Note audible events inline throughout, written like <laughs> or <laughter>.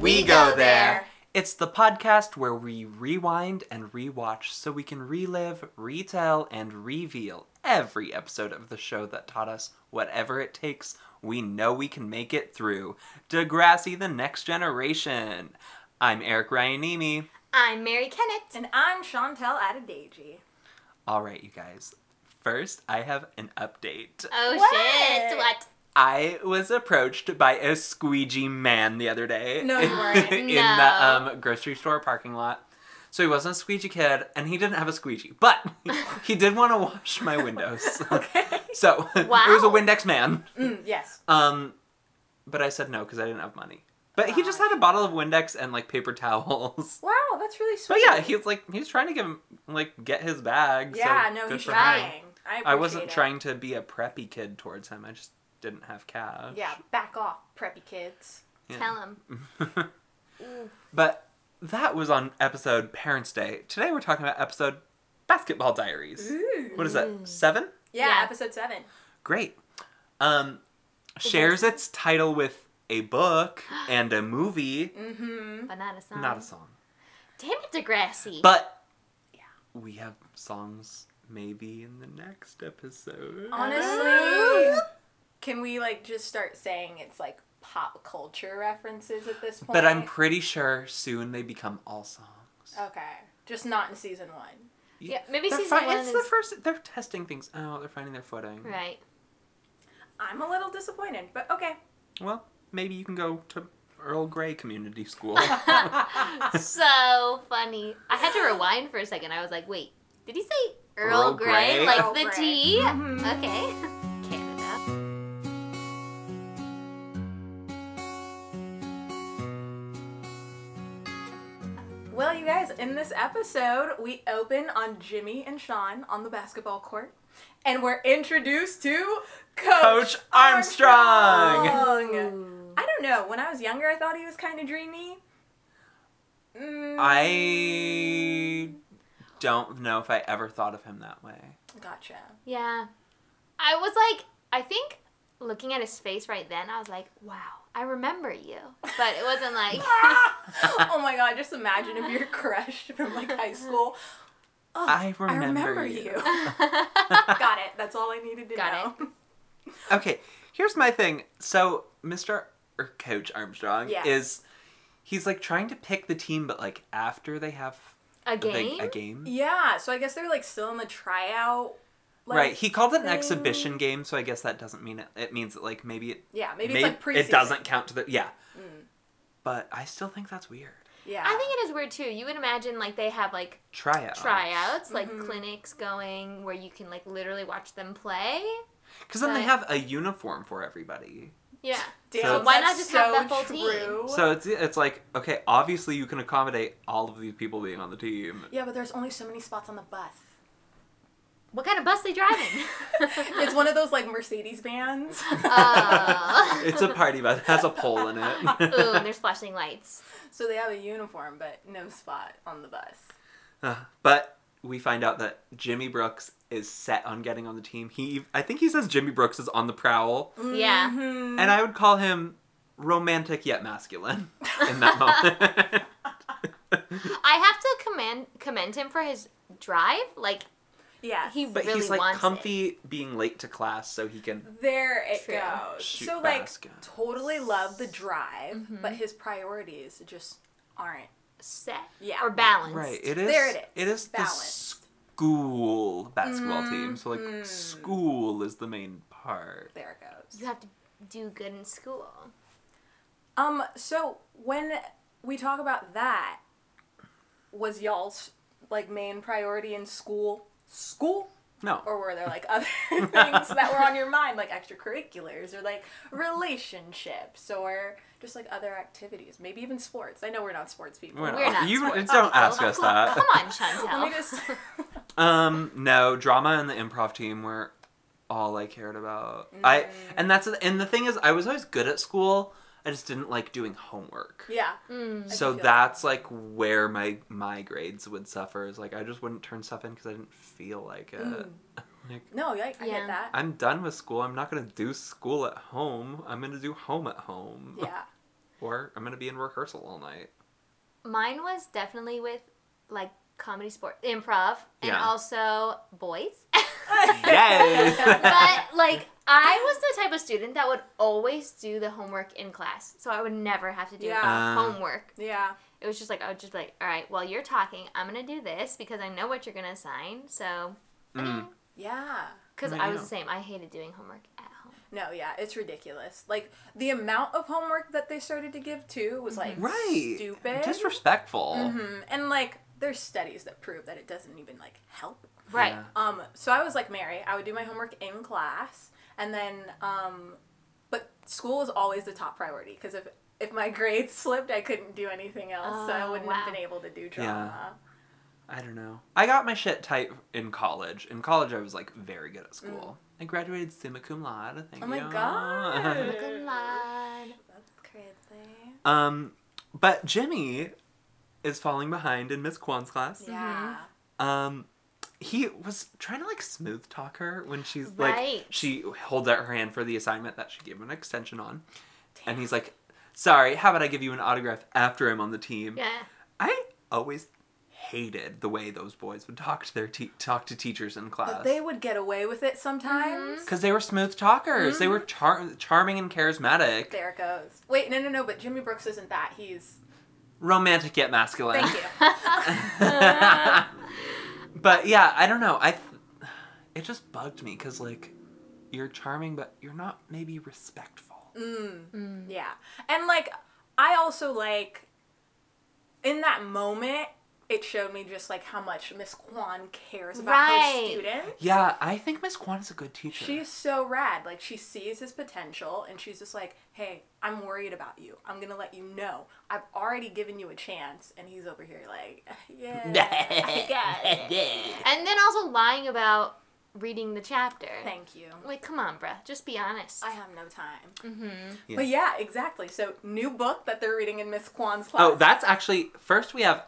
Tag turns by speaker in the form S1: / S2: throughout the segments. S1: We go there.
S2: It's the podcast where we rewind and rewatch so we can relive, retell, and reveal every episode of the show that taught us whatever it takes, we know we can make it through. Degrassi the Next Generation. I'm Eric Ryanemi.
S1: I'm Mary Kennett.
S3: And I'm Chantel
S2: <laughs>
S3: Adedeji.
S2: All right, you guys. First, I have an update.
S1: Oh
S3: What?
S1: shit! What?
S2: I was approached by a squeegee man the other day.
S3: No, you weren't.
S2: <laughs> in the
S1: No.
S2: um, grocery store parking lot. So he wasn't a squeegee kid, and he didn't have a squeegee, but he did want to wash my
S3: <laughs>
S2: windows.
S3: <laughs>
S2: <laughs>
S3: Okay.
S2: So it was a
S1: Wow.
S2: Windex man.
S3: Mm, yes.
S2: Um, but I said no because I didn't have money. But he just had a bottle of Windex and like paper towels. <laughs>
S3: Wow, that's really
S2: But
S3: sweet.
S2: yeah, he was like he was trying to give him like get his bag. so
S3: Yeah, no,
S2: good
S3: he's
S2: for him.
S3: trying. I,
S2: I wasn't
S3: appreciate it.
S2: trying to be a preppy kid towards him. I just didn't have cash.
S3: Yeah, back off, preppy kids.
S2: Yeah.
S1: Tell him.
S2: <laughs> But that was on episode Parents Day. Today we're talking about episode Basketball Diaries. What is that? Seven?
S3: Yeah,
S1: Yeah.
S3: episode seven.
S2: Great. Um, shares its title with a
S1: <gasps>
S2: book and a movie,
S1: Mm. But not a song.
S2: Hmm? not a song.
S1: Damn it, Degrassi.
S2: But we have songs maybe in the next episode.
S3: Honestly, can we like just start saying it's like pop culture references at this point?
S2: But I'm pretty sure soon they become all songs.
S3: okay, just not in season one.
S1: yeah, maybe
S2: They're
S1: season
S2: fi-
S1: one
S2: it's
S1: Oh, is
S2: the first. They're testing things out. They're finding their footing. <laughs>
S1: <laughs> right.
S3: I'm a little disappointed, but okay.
S2: Well, maybe you can go to Earl Grey
S3: <laughs>
S2: Community School.
S1: so funny. I had to rewind for a second. I was like, wait, did he say Earl,
S2: Earl
S1: Grey?
S2: Grey? Mm-hmm.
S1: Like
S3: Earl
S1: the
S3: Grey.
S1: tea?
S3: Mhm.
S1: Okay.
S2: <laughs>
S1: Canada.
S3: Well, you guys, in this episode, we open on Jimmy and Sean on the basketball court, and we're introduced to Coach,
S2: Coach Armstrong.
S3: Armstrong. I don't know. When I was younger, I thought he was kind of dreamy. Mm,
S2: I don't know if I ever thought of him that way.
S3: gotcha.
S2: <laughs>
S1: Yeah. I was like, I think looking at his face right then, I was like, wow, I remember you. But it
S2: <laughs>
S1: wasn't like, <laughs>
S3: Ah! oh my god! Just imagine if your crush from like high school. Oh,
S2: I remember
S3: <laughs>
S2: you.
S3: Got it. That's all I needed to
S1: Got
S3: know.
S2: Okay, here's my thing. So, Mr. or Coach Armstrong
S3: Yes.
S2: is he's like trying to pick the team, but like after they have
S1: a
S2: the
S1: game?
S2: big- a game.
S3: <laughs> Yeah. So I guess they're like still in the tryout. like, mm.
S2: right. He called it an
S3: thing.
S2: exhibition game, so I guess that doesn't mean it. It means that like maybe it
S3: Yeah. Maybe
S2: may-
S3: it's like preseason. Mm.
S2: it doesn't count to the yeah. But I still think that's weird.
S3: Yeah.
S1: I think it is weird too. You would imagine like they have like
S2: Tryout.
S1: tryouts, like
S3: Mm-hmm.
S1: clinics going where you can like literally watch them play.
S2: Because then they
S1: But-
S2: have a uniform for everybody.
S1: Yeah.
S3: Damn,
S2: So-
S1: why
S3: that's
S1: not just have that full
S3: true.
S2: So it's it's like okay, obviously you can accommodate all of these people being on the team.
S3: yeah, but there's only so many spots on the bus.
S1: What kind of bus
S3: <laughs>
S1: they driving?
S3: It's
S2: <laughs>
S3: one of those like Mercedes vans.
S1: Oh.
S2: It's a party bus. It has a pole in it.
S1: <laughs> Ooh, and there's flashing lights.
S3: so they have a uniform, but no spot on the bus.
S2: Uh, <laughs> but we find out that Jimmy Brooks is set on getting on the team. He I think he says Jimmy Brooks is on the prowl,
S1: Yeah.
S3: Mhm.
S2: and I would call him romantic yet masculine <laughs> in that
S1: <laughs>
S2: moment.
S1: I have to commend commend him for his drive. Like
S3: Yeah.
S2: <laughs>
S1: he
S2: but
S1: really
S2: he's like
S1: wants it.
S2: comfy being late to class so he can
S3: there it
S1: True.
S3: goes.
S2: Shoot
S3: so like
S2: basket.
S3: totally love the drive, but his priorities just aren't.
S1: set
S3: Yeah.
S1: or balanced.
S2: Right. It is.
S3: There it is.
S2: It is
S3: Balanced. Mm-hmm.
S2: the school basketball team. So like, school is the main part.
S3: There it
S1: You
S3: goes.
S1: have to do good in school.
S3: Um so when we talk about that was y'all's like main priority in school school
S2: No.
S3: or were there like <laughs> other things that were on your mind like extracurriculars or like relationships or just like other activities maybe even sports i know we're not sports people
S2: We're
S1: We're not
S2: Oh, you
S1: sports
S2: don't
S1: people.
S2: ask us
S1: Come
S2: that.
S3: <laughs>
S1: on,
S3: let me
S1: Chantel.
S3: just
S2: Um, no drama and the improv team were all I cared about.
S3: Mm.
S2: I and that's and the thing is, I was always good at school. I just didn't like doing homework.
S3: yeah
S1: Mm.
S2: So
S3: feel
S2: that's like where my my grades would suffer. Is like I just wouldn't turn stuff in because I didn't feel like it.
S3: Mm.
S2: Like,
S3: no yeah, i
S1: Yeah.
S3: get that
S2: I'm done with school. I'm not gonna do school at home. I'm gonna do home at home.
S3: yeah
S2: Or I'm gonna be in rehearsal all night.
S1: Mine was definitely with like comedy sport improv and
S2: Yeah.
S1: also
S3: <laughs>
S1: boys.
S2: <laughs>
S1: <laughs>
S2: Yes.
S1: but like I was the type of student that would always do the homework in class. So I would never have to do
S3: Yeah.
S2: Uh.
S1: homework.
S3: <laughs> yeah.
S1: It was just like I would just be like, all right, while you're talking, I'm gonna do this because I know what you're gonna assign. So
S2: Mm.
S3: Yeah.
S1: because
S2: There
S1: I
S2: you
S1: was
S2: go.
S1: the same. I hated doing homework at home.
S3: No, yeah, it's ridiculous. Like the amount of homework that they started to give too was like
S2: Right.
S3: stupid.
S2: Disrespectful.
S3: Mhm. And like there's studies that prove that it doesn't even like help.
S1: Right.
S2: Yeah.
S3: Um so I was like Mary, I would do my homework in class and then um but school was always the top priority because if if my <laughs> grades slipped, I couldn't do anything else, so I
S1: Oh,
S3: wouldn't have
S1: wow.
S3: been able to do drama.
S2: I don't know. I got my shit tight in college. In college, I was like very good at school. I graduated summa cum laude.
S3: Mm.
S2: Thank
S3: Oh my
S2: you.
S3: God.
S1: Look
S3: Yeah.
S1: alive.
S3: That's crazy.
S2: <laughs> um, but Jimmy is falling behind in Miss Kwan's class.
S1: Mm-hmm.
S3: Yeah.
S2: Um, he was trying to like smooth talk her when she's like
S1: Right.
S2: she holds out her hand for the assignment that she gave him an extension on, and he's like, "Sorry, how about I give you an autograph after I'm on the team?"
S1: Yeah.
S3: <laughs>
S1: <laughs>
S2: I always hated the way those boys would talk to their te- talk to teachers in class.
S3: But they would get away with it sometimes.
S1: Mm-hmm.
S2: Because they were smooth talkers.
S3: Mm-hmm.
S2: They were char- charming and charismatic.
S3: There it goes. Wait, no, no, no. But Jimmy Brooks isn't that. He's
S2: Romantic yet masculine.
S3: thank you.
S2: <laughs> but yeah, I don't know. I th- it just bugged me because like you're charming, but you're not maybe respectful.
S3: Mm. yeah, and like I also like in that moment, it showed me just like how much Miss Kwan cares about her
S1: Right.
S3: students.
S2: Yeah, I think Miss Kwan is a good teacher. <laughs>
S3: She's so rad. Like she sees his potential, and she's just like, "Hey, I'm worried about you. I'm gonna let you know. I've already given you a chance." And he's over here like, <laughs> "Yeah, I
S2: <laughs>
S3: got it.
S1: And then also lying about reading the chapter.
S3: Thank you.
S1: Like, come on, bruh. Just be honest.
S3: I have no time."
S1: hmm
S2: Yeah.
S3: But yeah, exactly. So new book that they're reading in Miss Kwan's class.
S2: Oh, that's actually first we have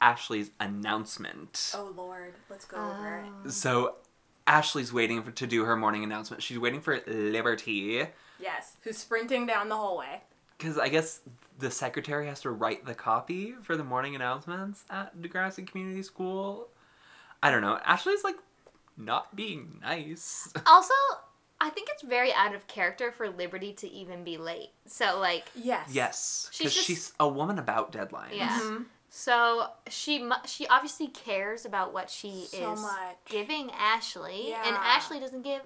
S2: Ashley's announcement.
S3: Oh Lord, let's go over it.
S2: So Ashley's waiting for, to do her morning announcement. She's waiting for Liberty.
S3: Yes, who's sprinting down the hallway.
S2: Because I guess the secretary has to write the copy for the morning announcements at Degrassi Community School. I don't know. Ashley's like not being nice.
S1: Also, I think it's very out of character for Liberty to even be late. So, like,
S3: Yes.
S2: yes,
S1: She's
S2: because she's,
S1: just-
S2: a woman about deadlines.
S1: Yeah. so she mu- she obviously cares about what she
S3: So
S1: is
S3: much.
S1: giving Ashley, and
S3: Yeah.
S1: Ashley doesn't give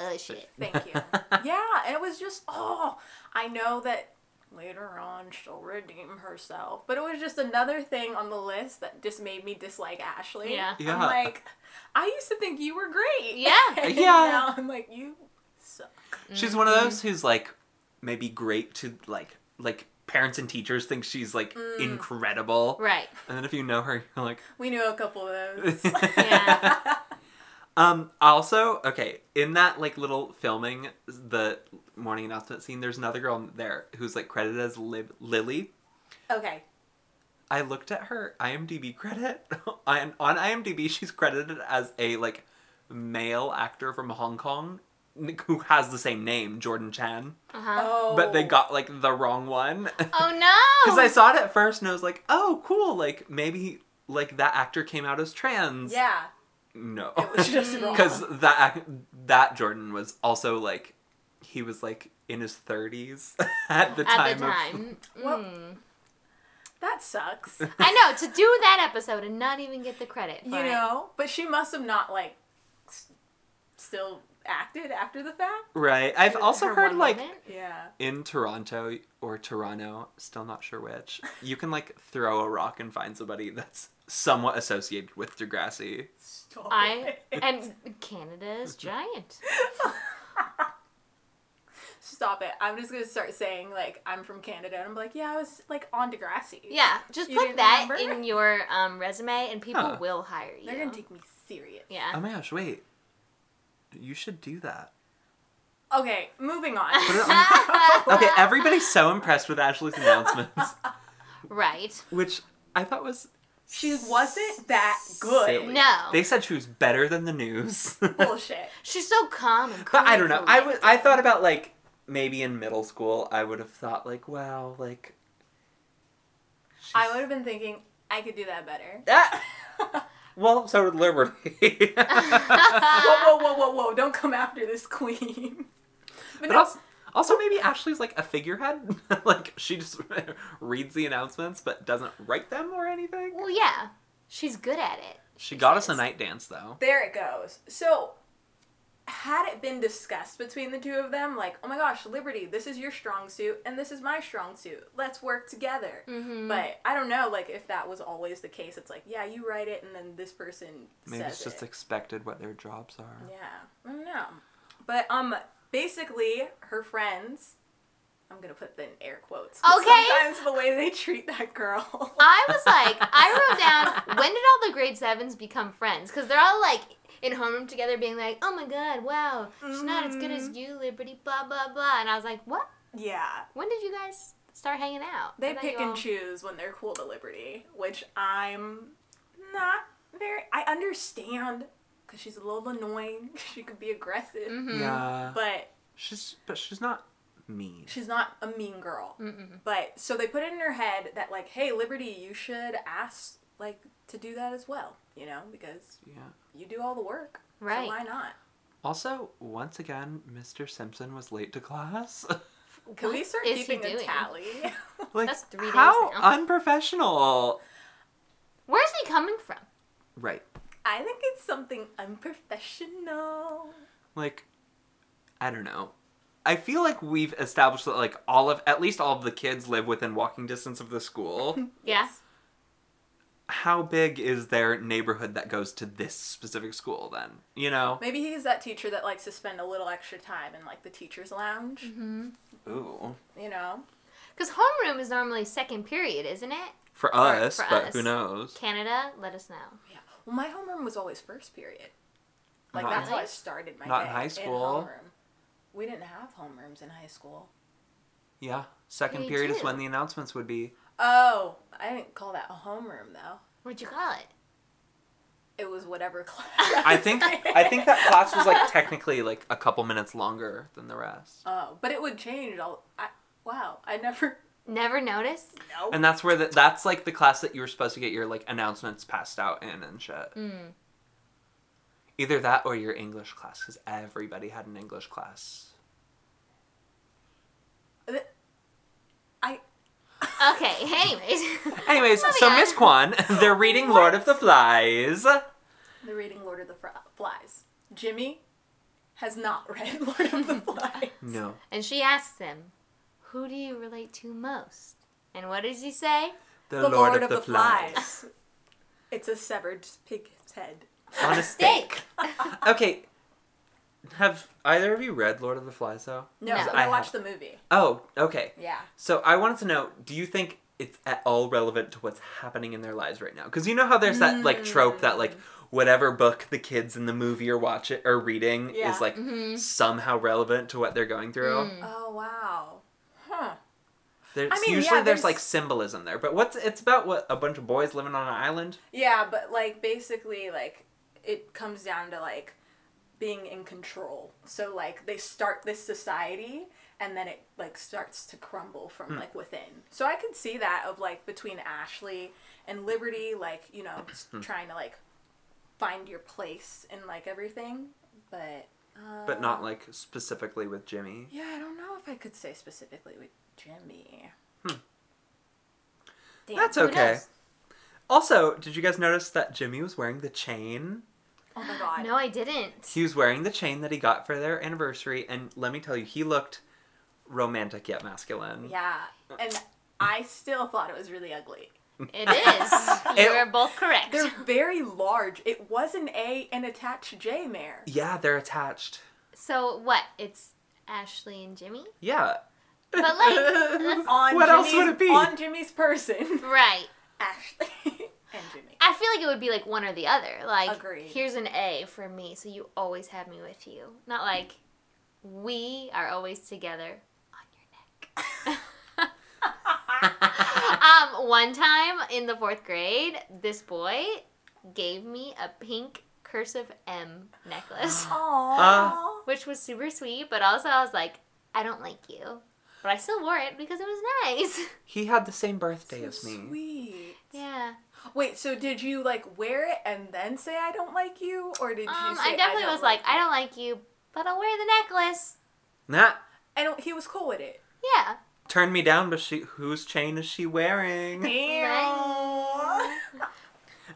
S1: a shit.
S3: Mm-hmm. Thank
S2: <laughs>
S3: you. yeah, and it was just oh, I know that later on she'll redeem herself, but it was just another thing on the list that just made me dislike Ashley.
S1: Yeah.
S2: Yeah.
S3: I'm like, I used to think you were great.
S1: Yeah.
S3: <laughs> And
S2: Yeah.
S3: Now I'm like you suck.
S1: Mm-hmm.
S2: She's one of those who's like maybe great to like like parents and teachers think she's like
S1: Mm.
S2: incredible.
S1: Right.
S2: And then if you know her, you're like, <laughs>
S3: We knew a couple of those. <laughs>
S1: Yeah.
S2: Um, also, okay, in that like little filming the morning announcement scene, there's another girl there who's like credited as Lib- Lily.
S3: okay.
S2: I looked at her IMDb credit. <laughs> on, on IMDb, she's credited as a like male actor from Hong Kong n- who has the same name, Jordan Chan.
S1: Uh-huh.
S3: Oh.
S2: But they got like the wrong one. <laughs>
S1: Oh, no.
S2: Because I saw it at first and I was like, oh, cool. Like maybe like that actor came out as trans.
S3: Yeah.
S2: No.
S3: It was
S1: <laughs>
S3: just wrong.
S2: because that ac- that Jordan was also like he was like in his thirties <laughs> at the time.
S1: At the
S2: <laughs> Of,
S1: time.
S3: Well-
S1: Mm.
S3: That
S2: <laughs>
S3: sucks.
S1: I know, to do that episode and not even get the credit for
S3: you
S1: it.
S3: know but she must have not like s- still acted after the fact
S2: right. I've also
S1: Her
S2: heard
S1: one
S2: like
S1: moment.
S3: yeah
S2: in Toronto or Toronto, still not sure which. You can like throw a rock and find somebody that's somewhat associated with Degrassi.
S3: Stop <laughs>
S1: I
S3: it.
S1: and Canada
S2: <laughs>
S1: is giant.
S3: stop it i'm just gonna start saying like i'm from canada and i'm like yeah i was like on degrassi
S1: Yeah, just
S3: You
S1: put
S3: didn't
S1: that
S3: remember?
S1: in your um, resume, and people
S2: Huh.
S1: will hire you.
S3: they're gonna take me serious
S2: Oh
S1: yeah.
S2: my gosh! Wait, you should do that.
S3: okay moving on
S2: Put it on-
S3: <laughs>
S2: okay, everybody's
S1: <laughs>
S2: so impressed with Ashley's announcements,
S1: Right.
S2: which I thought was
S3: she wasn't that good
S2: silly.
S1: No.
S2: They said she was better than the news.
S3: bullshit
S1: She's so calm and cool.
S2: But I don't know. I was I thought about like maybe in middle school, I would have thought like, wow, like.
S3: I
S2: she's-
S3: would have been thinking I could do that better.
S2: Ah!
S3: <laughs>
S2: Well, so would Liberty.
S3: whoa, whoa, whoa, whoa, whoa! Don't come after this queen. But,
S2: But
S3: no,
S2: also, also maybe Ashley's like a figurehead. <laughs> like she just reads the announcements but doesn't write them or anything.
S1: Well, yeah, she's good at it.
S2: She got us a
S1: says.
S2: night dance though.
S3: there it goes. So, had it been discussed between the two of them, like, oh my gosh, Liberty, this is your strong suit and this is my strong suit. Let's work together. But I don't know, like, if that was always the case, it's like, yeah, you write it, and then this person
S2: Maybe
S3: says
S2: it's just
S3: it.
S2: expected what their jobs are.
S3: yeah, I don't know. But um, basically, her friends. I'm gonna put the in air quotes. 'cause
S1: Okay.
S3: Sometimes the way they treat that girl.
S1: I was like, I
S2: <laughs>
S1: wrote down when did all the grade sevens become friends? Because they're all like in homeroom together, being like, "Oh my god, wow, she's not as good as
S3: Mm-hmm.
S1: you, Liberty." Blah blah blah. And I was like, "What?
S3: <laughs> yeah.
S1: When did you guys start hanging out?" I "Oh."
S3: They
S1: thought
S3: pick
S1: you
S3: and
S1: all-
S3: choose when they're cool to Liberty, which I'm not very. I understand because she's a little annoying. <laughs> She could be aggressive,
S1: Mm-hmm.
S2: Yeah.
S3: but
S2: she's but she's not mean.
S3: she's not a mean girl.
S1: Mm.
S3: But so they put it in her head that like, hey, Liberty, you should ask like to do that as well, you know, because
S2: yeah.
S3: you do all the work. so
S1: Right.
S3: why not?
S2: Also, once again, Mr. Simpson was late to class. <laughs>
S3: Can we
S1: What
S3: start
S1: is he
S3: keeping a
S1: doing?
S3: tally? <laughs>
S2: like
S1: That's three days
S2: how
S1: now.
S2: unprofessional.
S1: Where's he coming from?
S2: Right.
S3: I think it's something unprofessional.
S2: like i don't know i feel like we've established that like all of at least all of the kids live within walking distance of the
S1: <laughs>
S2: school
S1: Yeah.
S2: how big is their neighborhood that goes to this specific school then you know
S3: Maybe he's that teacher that likes to spend a little extra time in like the teacher's lounge,
S1: Mm-hmm.
S2: ooh
S3: you know?
S1: Because homeroom is normally second period, isn't it?
S2: for us
S1: for
S2: but
S1: us.
S2: who knows
S1: Canada, let us know.
S3: Yeah. Well, my homeroom was always first period. Like
S2: Not-
S3: that's how I started my
S2: not in
S3: day,
S2: high school.
S3: homeroom. We didn't have homerooms in high school.
S2: yeah second
S1: We
S2: period is
S1: do.
S2: when the announcements would
S1: <laughs>
S2: be
S3: Oh, I didn't call that a homeroom though.
S1: What'd you call it?
S3: It was whatever <laughs> class.
S2: i think i think that class was like technically like a couple minutes longer than the rest
S3: <laughs> Oh, but it would change. All I, wow, I never.
S1: Never noticed?
S3: No.
S2: and that's where the, that's like the class that you were supposed to get your like announcements passed out in and shit. Either that or your English class, because everybody had an English class.
S3: Th- I
S1: Okay, <laughs> anyways. <laughs>
S2: Anyways,
S1: Moving
S2: so
S1: on.
S2: Miss Kwan, <laughs> they're reading Lord of the
S3: <laughs>
S2: Flies.
S3: the reading Lord of the Fri Flies. Jimmy has not <laughs> read Lord of the Flies.
S2: No.
S1: And she asks him, Who do you relate to most? And what does he say?
S2: The, Lord, of, the, Flies.
S3: <laughs> it's a severed pig's head.
S2: <laughs> On a stake. okay. Have either of you read Lord of the Flies, though?
S3: No,
S1: No.
S3: so
S1: I
S3: I,
S2: have-
S3: watched the movie.
S2: Oh, okay.
S3: Yeah.
S2: So I wanted to know, do you think it's at all relevant to what's happening in their lives right now? Because you know how there's that like trope that
S3: Mm.
S2: like whatever book the kids in the movie are watching or reading
S3: Yeah.
S2: is like somehow relevant to what they're going through.
S3: Oh wow. Huh.
S2: There's
S3: I mean, yeah,
S2: usually there's,
S3: there's-
S2: like symbolism there, but what's it's about what a bunch of boys living on an island.
S3: Yeah, but like basically like it comes down to like being in control. So like they start this society and then it like starts to crumble from
S2: Hmm.
S3: like within. So I could see that of like between Ashley and Liberty like, you
S2: <clears throat>
S3: know, s- trying to like find your place in like everything, but
S2: But not
S3: Uh.
S2: like specifically with Jimmy.
S3: Yeah, I don't know if I could say specifically with Jimmy. Damn.
S2: Hmm. That's
S1: Who
S2: okay.
S1: knows?
S2: Also, did you guys notice that Jimmy was wearing the chain?
S3: oh my god.
S1: No, I didn't.
S2: He was wearing the chain that he got for their anniversary, and let me tell you, he looked romantic yet masculine.
S3: Yeah,
S2: Uh.
S3: and I still thought it was really
S1: <laughs>
S3: ugly.
S2: <laughs>
S1: It is.
S2: It-
S1: You are both
S2: <laughs>
S1: correct.
S3: They're very large. It was an A and attached J mare.
S2: Yeah, they're attached.
S1: So what? It's Ashley and Jimmy?
S3: <laughs>
S2: Yeah.
S1: But
S2: <laughs>
S1: like, that's-
S3: On
S2: What else
S3: Jimmy's,
S2: would it be?
S3: On Jimmy's
S1: <laughs>
S3: person.
S1: right.
S3: Ashley <laughs> and
S1: <laughs>
S3: Jimmy.
S1: I feel like it would be like one or the other. Like,
S3: Agreed.
S1: here's an A for me, so you always have me with you. Not like, we are always together on your
S3: <laughs>
S1: neck. um, one time in the fourth grade, this boy gave me a pink cursive M
S3: <gasps>
S1: necklace,
S3: Aww.
S2: Uh,
S1: which was super sweet, but also I was like, I don't like you. But I still wore it because it was nice. <laughs>
S2: He had the same birthday as
S3: So
S2: me.
S3: Sweet.
S1: yeah.
S3: Wait, so did you like wear it and then say I don't like you, or did you?
S1: Um,
S3: say,
S1: I definitely
S3: don't
S1: was like, I don't like you, but I'll wear the necklace.
S2: Nah,
S3: I don't. He was cool with it.
S1: Yeah.
S2: turn me down, but she, whose chain is she wearing?
S1: <laughs> Nice.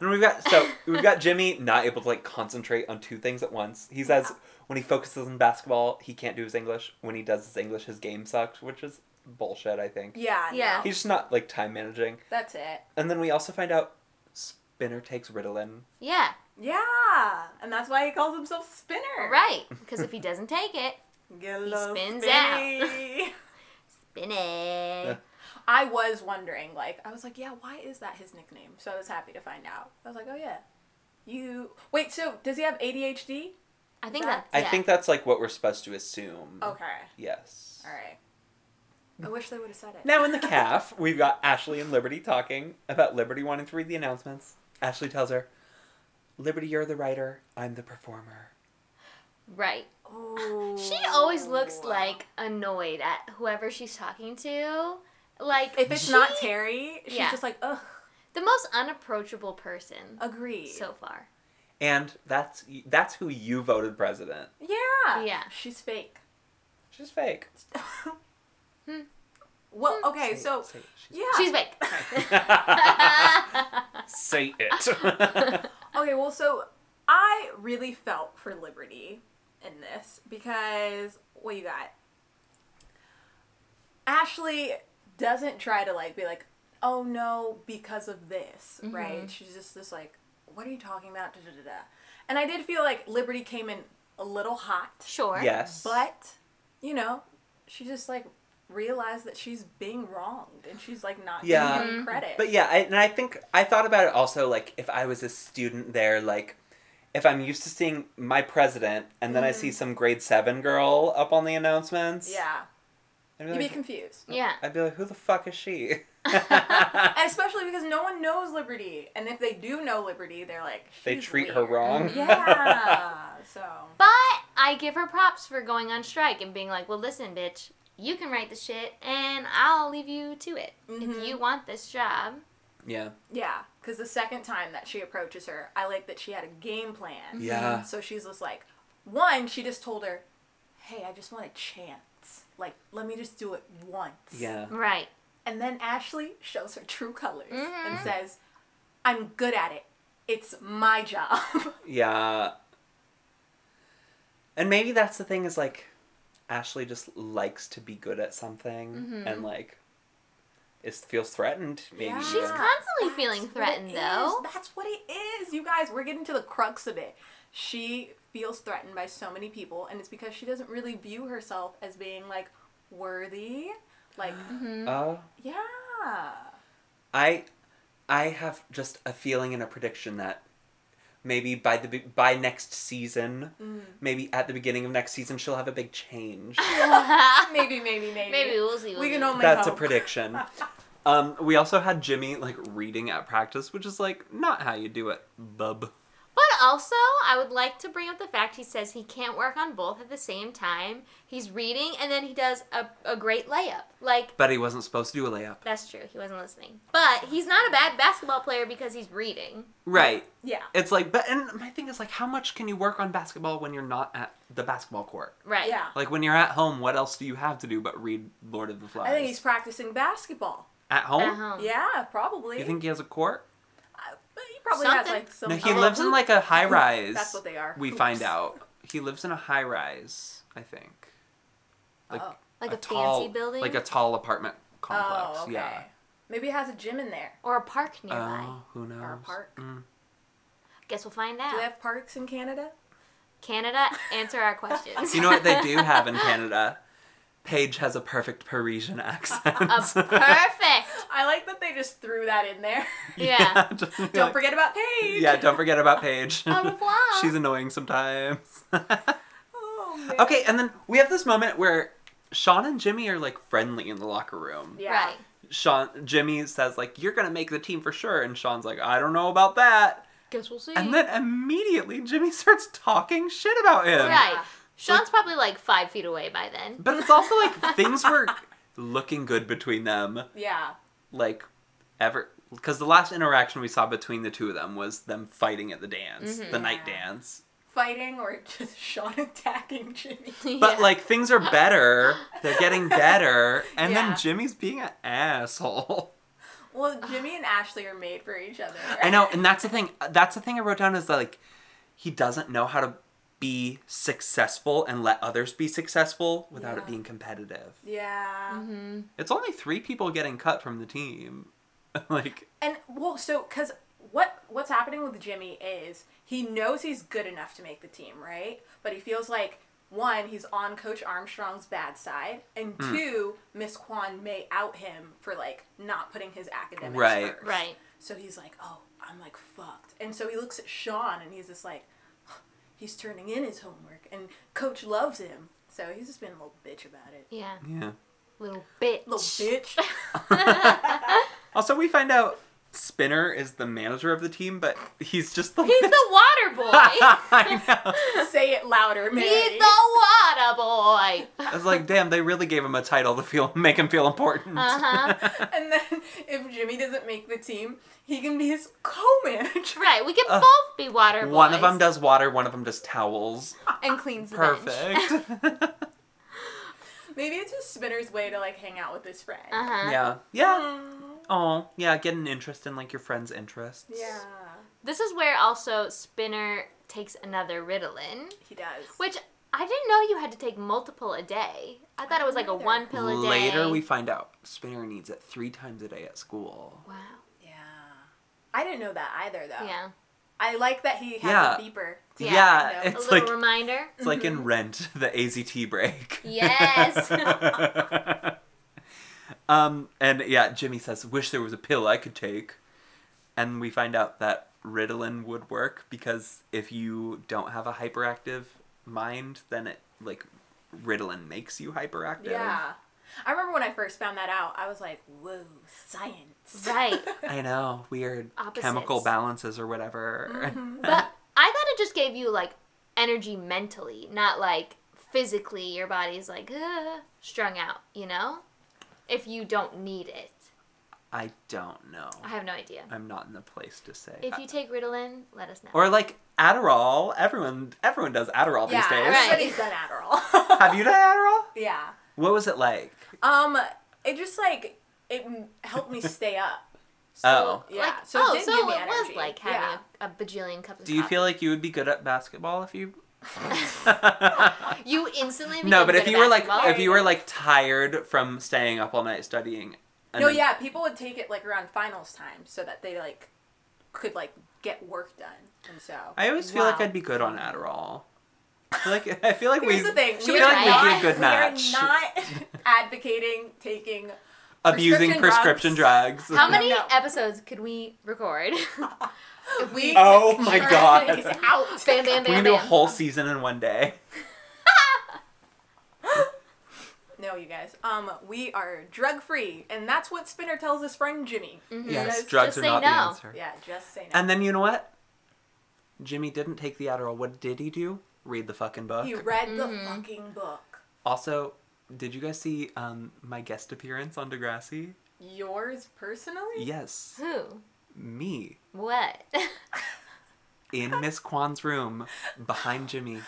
S2: And we've got so we've got Jimmy not able to like concentrate on two things at once. He says when he focuses on basketball, he can't do his English. When he does his English, his game sucks, which is bullshit. I think
S3: Yeah.
S1: Yeah.
S3: Yeah.
S2: he's just not like time managing.
S3: That's it.
S2: And then we also find out Spinner takes Ritalin.
S1: Yeah.
S3: Yeah, and that's why he calls himself Spinner.
S1: Right. Because if he doesn't take it,
S3: Gillo
S1: spins
S3: spinny.
S1: spin it.
S3: I was wondering, like, I was like, yeah, why is that his nickname? So I was happy to find out. I was like, oh yeah, you wait. So does he have ADHD?
S1: I think that.
S3: That-
S2: I
S1: yeah.
S2: think that's like what we're supposed to assume.
S3: Okay,
S2: Yes.
S3: all right. I wish they would have said it.
S2: Now
S3: <laughs>
S2: in the calf, we've got Ashley and Liberty talking about Liberty wanting to read the announcements. Ashley tells her, "Liberty, you're the writer. I'm the performer."
S1: Right.
S3: Ooh.
S1: She always looks like annoyed at whoever she's talking to. Like
S3: if it's
S1: she-
S3: not Terry, she's
S1: Yeah.
S3: just like, ugh,
S1: the most unapproachable person
S3: agree.
S1: so far.
S2: And that's that's who you voted president.
S3: yeah,
S1: Yeah.
S3: she's fake. <laughs>
S2: She's fake.
S1: Hmm.
S3: well, okay, so
S2: Say it, say
S3: yeah,
S1: She's fake.
S3: <laughs>
S2: it. Say
S3: <laughs>
S2: it.
S3: Okay, well, so I really felt for Liberty in this because what you got? Ashley doesn't try to like be like, oh no, because of this, right? She's just this like, what are you talking about? Da, da, da, da. And I did feel like Liberty came in a little hot,
S1: sure.
S2: yes.
S3: but you know, she just like realized that she's being wronged and she's like not
S2: Yeah.
S3: giving him credit.
S2: But yeah, I, and I think I thought about it also like if I was a student there, like if I'm used to seeing my president and then I see some grade seven girl up on the announcements.
S3: Mm-hmm. yeah,
S2: I'd be
S3: you'd be
S2: like,
S3: confused.
S1: Yeah.
S2: I'd be like who the fuck
S3: <laughs>
S2: is she?
S3: Especially because no one knows Liberty, and if they do know Liberty, they're like
S2: they
S3: "She's
S2: treat her
S3: weird."
S2: wrong. <laughs>
S3: Yeah. so
S1: But I give her props for going on strike and being like, well, listen, bitch, you can write the shit and I'll leave you to it.
S3: Mm-hmm.
S1: If you want this job,
S2: yeah.
S3: yeah, because the second time that she approaches her, I like that she had a game plan.
S2: Yeah.
S3: So she's just like, one, she just told her, "Hey, I just want a chance. Like, let me just do it once."
S2: Yeah.
S1: right.
S3: And then Ashley shows her true colors
S2: Mm-hmm.
S3: and says, "I'm good at it. It's my job." <laughs>
S2: Yeah. And maybe that's the thing is like Ashley just likes to be good at something and like is feels threatened maybe.
S3: Mm-hmm. Yeah.
S1: She's
S2: even.
S1: constantly
S3: That's
S1: feeling
S3: what
S1: threatened,
S3: it
S1: though.
S3: is. That's what it is. You guys, we're getting to the crux of it. She feels threatened by so many people, and it's because she doesn't really view herself as being like worthy.
S1: <gasps>
S3: Like,
S2: Oh.
S3: yeah.
S2: I I have just a feeling and a prediction that maybe by the be- by next season,
S3: Mm.
S2: maybe at the beginning of next season she'll have a big change.
S3: Maybe, maybe, maybe.
S1: <laughs> Maybe we'll see.
S3: We
S1: what
S3: can
S1: it-
S3: only
S2: That's a
S3: hope.
S2: prediction. Um, we also had Jimmy like reading at practice, which is like not how you do it, bub.
S1: But also, I would like to bring up the fact he says he can't work on both at the same time. He's reading and then he does a, a great layup. Like,
S2: But he wasn't supposed to do a layup.
S1: that's true. He wasn't listening. But he's not a bad basketball player because he's reading.
S2: Right.
S3: Yeah.
S2: It's like, but and my thing is like, how much can you work on basketball when you're not at the basketball court?
S1: Right.
S3: Yeah.
S2: Like when you're at home, what else do you have to do but read Lord of the Flies?
S3: I think he's practicing basketball.
S2: at home.
S1: At home.
S3: Yeah, probably.
S2: You think he has a court?
S3: Uh, but he probably has
S1: Something.
S3: like some.
S2: No, he
S1: Oh,
S2: lives in
S1: hoop-
S2: like a high
S3: <laughs>
S2: rise.
S3: That's what they are,
S2: We
S3: hoops.
S2: find out he lives in a high rise. I think. Like
S3: Oh.
S1: Like a, fancy
S2: tall-
S1: building
S2: Like a tall apartment complex.
S3: Oh, okay.
S2: Yeah.
S3: Maybe he has a gym in there.
S1: or a park
S2: Oh,
S1: nearby.
S2: who knows?
S3: Or a park. <laughs>
S2: Mm.
S1: Guess we'll find out.
S3: Do they have parks in Canada? <laughs>
S1: Canada, answer our questions.
S2: You know what
S1: <laughs>
S2: they do have in Canada? Paige has a
S3: <laughs>
S2: perfect Parisian accent. <laughs>
S1: a perfect.
S3: I like that they just threw that in there.
S2: <laughs>
S1: Yeah.
S2: just be
S3: Don't
S2: like-
S3: forget Um, about Paige.
S2: Yeah, don't forget
S3: <laughs>
S2: about Paige.
S1: Au revoir.
S2: <laughs> She's annoying sometimes. <laughs>
S3: Oh, man.
S2: okay, and then we have this moment where Sean and Jimmy are like friendly in the locker room.
S3: Yeah.
S1: Right.
S2: Sean Jimmy says like you're gonna make the team for sure, and Sean's like I don't know about that.
S1: Guess we'll see.
S2: <laughs> And then immediately Jimmy starts talking shit about him.
S1: right. Sean's probably like five feet away by then.
S2: But it's also like things were looking good between them.
S3: Yeah.
S2: Like, ever. Because the last interaction we saw between the two of them was them fighting at the dance, the night
S3: Yeah.
S2: dance.
S3: Fighting or <laughs> just Sean attacking Jimmy.
S2: But
S1: <laughs> Yeah.
S2: like things are better,
S3: <laughs>
S2: they're getting better, and
S3: Yeah.
S2: then Jimmy's being an asshole. <laughs>
S3: Well, Jimmy and Ashley are made for each other.
S2: I know, and that's the thing. That's the thing I wrote down is that, like he doesn't know how to be successful and let others be successful without it
S3: Yeah.
S2: being competitive.
S3: Yeah.
S1: Mhm.
S2: It's only three people getting cut from the team. <laughs> like
S3: And well, so because what what's happening with Jimmy is he knows he's good enough to make the team, right? But he feels like one, he's on Coach Armstrong's bad side, and
S2: Hmm.
S3: two, Miss Kwan may out him for like not putting his academics
S2: Right.
S3: first.
S1: Right.
S3: So he's like, oh, I'm like fucked. And so he looks at Sean and he's just like, he's turning in his homework, and Coach loves him. So he's just being a little bitch about it.
S1: Yeah.
S2: yeah.
S1: Little bitch. <laughs>
S3: Little bitch.
S2: <laughs> Also, we find out Spinner is the manager of the team, but he's just the.
S1: He's the water boy.
S2: <laughs> I know.
S3: Say it louder, Mary.
S1: He's the water boy.
S2: I was like, damn, they really gave him a title to feel make him feel important.
S1: Uh-huh.
S3: <laughs> And then if Jimmy doesn't make the team, he can be his co-manager <laughs>
S1: Right. We can
S2: Uh,
S1: both be water
S2: <laughs>
S1: boys.
S2: one of them does water, one of them does towels.
S1: and cleans the bench. <laughs>
S2: Perfect.
S3: Maybe it's just Spinner's way to like hang out with his friend.
S1: Uh huh.
S2: yeah. Yeah.
S1: Uh-huh.
S3: Mm,
S2: Oh, yeah, get an interest in like your friend's interests.
S3: yeah,
S1: This is where also Spinner takes another Ritalin,
S3: he does.
S1: which I didn't know you had to take multiple a day. I thought it was like a
S3: Neither.
S1: one pill a day.
S2: Later, we find out Spinner needs it three times a day at school.
S1: Wow.
S3: Yeah, I didn't know that either though.
S1: Yeah.
S3: I like that he has
S2: Yeah.
S3: a beeper.
S1: Yeah,
S2: Yeah,
S3: I know.
S1: A
S2: it's
S1: little
S2: like
S1: reminder.
S2: <laughs> it's like in Rent, the AZT break.
S1: Mm-hmm. Yes.
S2: <laughs> um, and yeah, Jimmy says, "Wish there was a pill I could take," and we find out that Ritalin would work because if you don't have a hyperactive mind, then it like Ritalin makes you hyperactive.
S3: Yeah. I remember when I first found that out, I was like, "Whoa, science!"
S1: Right.
S2: I know weird
S1: Opposites. Mm-hmm.
S2: chemical balances or whatever. <laughs>
S1: But I thought it just gave you like energy mentally, not like physically. Your body's like "Ugh," strung out, you know. If you don't need it,
S2: I don't know.
S1: I have no idea.
S2: I'm not in the place to say.
S1: If you take Ritalin, let us know.
S2: or like Adderall, everyone everyone does Adderall
S3: yeah,
S2: these days.
S1: right.
S3: everybody's done Adderall. <laughs>
S2: Have you done Adderall?
S3: yeah.
S2: What was it like?
S3: Um, it just like it m- helped me stay up.
S2: oh.
S3: Yeah.
S1: Like,
S3: so it
S1: oh,
S3: did
S1: so
S3: give me
S1: it
S3: energy.
S1: was like having a, a bajillion cups. Of
S2: Do you
S3: Uh,
S1: coffee.
S2: feel like you would be good at basketball
S3: <laughs>
S2: if you?
S1: you instantly? Became
S2: no, but
S1: good
S2: if
S1: at
S2: you were like
S1: basketball.
S2: if you were like tired from staying up all night studying. and
S3: No,
S2: then-
S3: yeah, people would take it like around finals time so that they like could like get work done. And so
S2: I always feel like
S1: Wow.
S2: I'd be good on Adderall. I feel like I feel like we.
S3: here's the thing:
S2: I
S3: we
S2: feel
S3: are
S2: like
S1: not-
S2: we'd
S3: not,
S2: be a good
S3: we
S2: match.
S3: are not <laughs> advocating
S2: <laughs>
S3: taking.
S2: Abusing
S3: prescription
S2: prescription drugs.
S1: how many
S3: No.
S1: episodes could we
S3: <laughs>
S1: record?
S3: If
S1: <laughs>
S3: we
S2: Oh my
S3: Sure,
S2: God.
S3: it's out. <laughs>
S2: <laughs> We
S1: bam, bam, bam, bam.
S2: can do a whole season in one day.
S3: No, you guys. Um, we are drug free, and that's what Spinner tells his friend Jimmy.
S1: Mm-hmm.
S3: He
S2: Yes,
S3: says,
S2: drugs
S1: just
S2: are
S1: say
S2: not
S1: no.
S2: the answer.
S3: Yeah, just say no.
S2: And then you know what? Jimmy didn't take the Adderall. What did he do? Read the fucking book.
S3: He read the
S1: Mm-hmm.
S3: fucking book.
S2: Also, did you guys see um, my guest appearance on Degrassi?
S3: Yours personally?
S2: Yes,
S1: Who?
S2: me
S1: What? <laughs>
S2: in Miss Kwan's room behind Jimmy.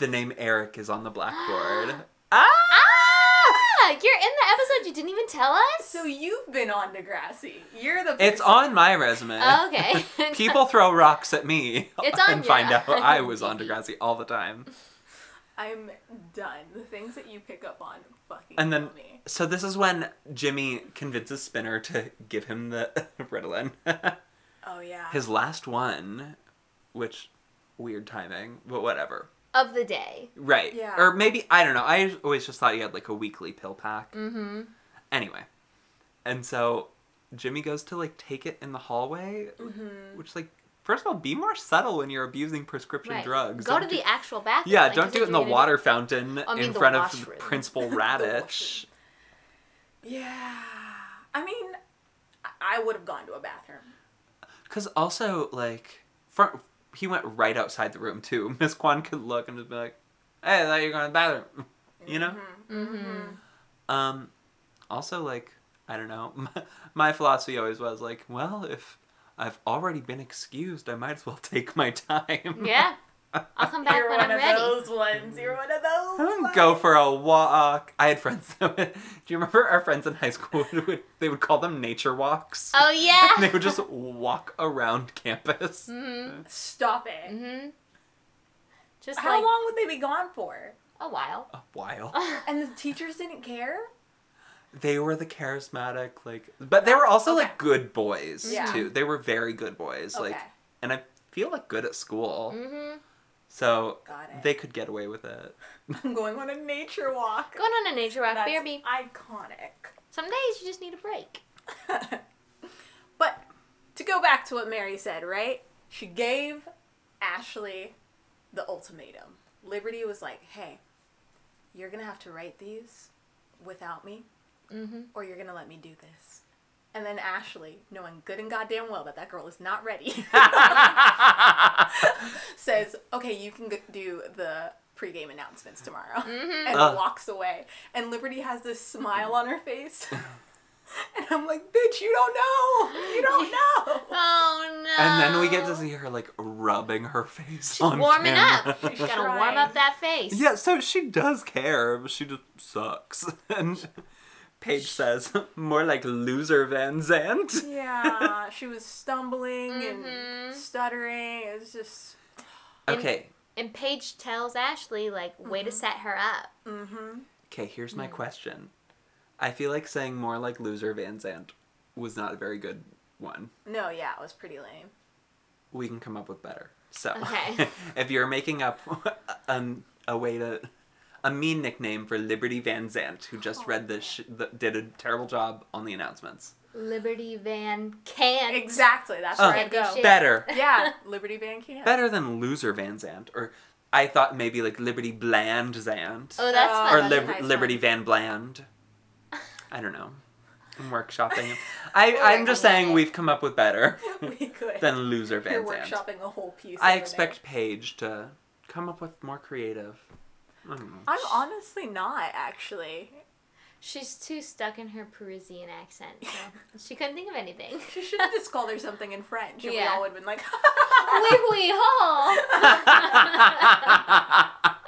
S2: The name Eric is on the
S1: <gasps>
S2: blackboard. ah!
S1: ah! You're in the episode. You didn't even tell us.
S3: So you've been on Degrassi. You're the.
S2: It's
S3: person-
S2: on my resume.
S1: okay.
S2: <laughs> People throw rocks at me
S1: <laughs> It's on
S2: and find
S1: your-
S2: out I was on Degrassi all the time.
S3: I'm done. The things that you pick up on fucking
S2: And then,
S3: kill me.
S2: so this is when Jimmy convinces Spinner to give him the <laughs> Ritalin.
S3: Oh yeah.
S2: His last one, which weird timing, but whatever.
S1: of the day.
S2: Right.
S3: Yeah.
S2: Or maybe I don't know. I always just thought he had like a weekly pill pack.
S1: Mm.
S2: Mm-hmm. Anyway, and so Jimmy goes to like take it in the hallway,
S1: Mm-hmm.
S3: Mm-hmm.
S2: which like first of all, be more subtle when you're abusing prescription
S1: Right.
S2: drugs.
S1: Go
S2: Don't
S1: to
S2: do-
S1: the actual bathroom.
S2: yeah,
S1: like,
S2: don't
S1: just
S2: do
S1: like
S2: it in the
S1: you do-
S2: water fountain
S1: I mean,
S2: in
S1: the
S2: front
S1: washroom.
S2: of
S1: <laughs>
S2: Principal Radich.
S3: Yeah. I mean, I- I would have gone to a bathroom.
S2: Because <laughs> also like front, he went right outside the room too. Miss Kwan could look and just be like, hey, I thought you were going to the bathroom. <laughs> You know?
S1: Mm-hmm.
S2: Um, also, like, I don't know. <laughs> My, my philosophy always was like, well, if I've already been excused, I might as well <laughs> take my time.
S1: Yeah. I'll come back
S3: You're
S1: when
S3: one
S1: I'm
S3: of
S1: ready.
S3: those ones. You're one of those.
S2: I don't
S3: ones.
S2: go for a walk. I had friends. <laughs> That would, do you remember our friends in high school? Would, they would call them nature walks. <laughs>
S1: Oh
S2: They
S1: yeah.
S2: would just walk around campus.
S1: mhm.
S3: Stop it.
S1: Mhm. Just
S3: How
S1: like
S3: long would they be gone for?
S1: a while.
S2: A while.
S3: And the teachers didn't care.
S2: They were the charismatic, like, but they were also
S3: Okay.
S2: like good boys
S3: Yeah.
S2: too. They were very good boys, like,
S3: Okay. Mm-hmm.
S2: and I feel like good at school,
S1: mhm.
S2: so
S3: Got it.
S2: they could get away
S3: <laughs>
S2: with it.
S3: <laughs> I'm going on a nature walk.
S1: Going on a nature walk,
S3: That's
S1: baby.
S3: iconic.
S1: Some days you just need a break.
S3: but to go back to what Mary said, right? She gave Ashley the ultimatum. Liberty was like, "Hey, you're gonna have to write these without me, or you're gonna let me do this." And then Ashley, knowing good and goddamn well that that girl is not ready, <laughs> says, "Okay, you can g- do the pregame announcements tomorrow," and
S2: Ugh.
S3: walks away. And Liberty has this smile
S2: Mm-hmm.
S3: on her face, <laughs> and I'm like, "Bitch, you don't know. You don't know."
S1: Oh no.
S2: And then we get to see her like rubbing her face
S1: She's
S2: on
S1: <laughs> warming
S2: camera.
S1: up. She's
S3: She's
S1: gotta warm
S3: trying.
S1: up that face.
S2: <laughs> Yeah, so she does care, but she just sucks. <laughs> And Paige says, more like loser Van Zandt.
S3: yeah, <laughs> she was stumbling
S1: Mhm.
S3: and stuttering. It was just,
S2: Okay,
S1: And Paige tells Ashley, like, way to set her up.
S3: mm-hmm.
S2: okay, here's my question. I feel like saying more like loser Van Zandt was not a very good one.
S3: No, yeah, it was pretty lame.
S2: We can come up with better. So,
S1: Okay.
S2: <laughs> if you're making up <laughs> um, a way to. A mean nickname for Liberty Van Zandt, who just
S3: Oh,
S2: read this, sh- the, did a terrible job on the announcements.
S1: Liberty Van Can.
S3: Exactly, that's
S2: Oh.
S3: where I'd go.
S1: Shit.
S2: Better.
S1: <laughs>
S3: Yeah, Liberty Van Camp.
S2: better than loser Van Zandt, or I thought maybe like Liberty Bland Zandt,
S1: Oh, that's
S3: Oh,
S1: fun.
S2: or
S3: that's
S2: Lib-
S3: a nice
S2: Liberty
S3: one.
S2: Van Bland. I don't know. I'm workshopping.
S3: <laughs>
S2: I I'm just saying we've come up with better
S3: <laughs> we could.
S2: <laughs> than loser
S3: You're
S2: Van Zandt.
S3: workshopping a whole piece.
S2: I
S3: over
S2: expect Paige to come up with more creative. I don't know.
S3: there. I'm honestly not actually.
S1: She's too stuck in her Parisian accent.
S3: <laughs>
S1: So she couldn't think of anything.
S3: She should have just called her something in French, and we
S1: Yeah.
S3: all would have been
S1: <laughs>
S3: like,
S1: Wee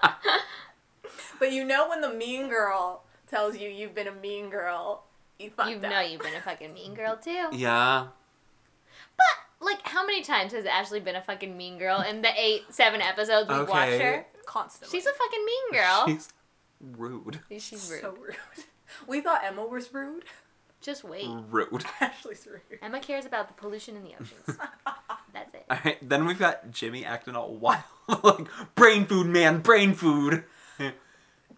S1: wee
S3: <laughs>
S2: <laughs>
S3: But you know when the mean girl tells you you've been a mean girl, you fucked
S1: You
S3: up.
S1: know you've been a fucking mean girl
S3: <laughs>
S1: too.
S2: <laughs> yeah,
S1: But like, how many times has Ashley been a fucking mean girl in the eight, seven episodes we've watched
S2: Okay.
S1: her?
S3: constantly.
S1: She's a fucking mean girl.
S2: she's rude.
S1: She's, rude.
S3: so rude. <laughs> We thought Emma was rude. <laughs>
S1: Just wait.
S2: Rude.
S3: Ashley's rude.
S1: Emma cares about the pollution in the
S2: <laughs>
S1: oceans. That's it.
S2: All right, then we've got Jimmy acting all <laughs> wild, like brain food, man, brain food.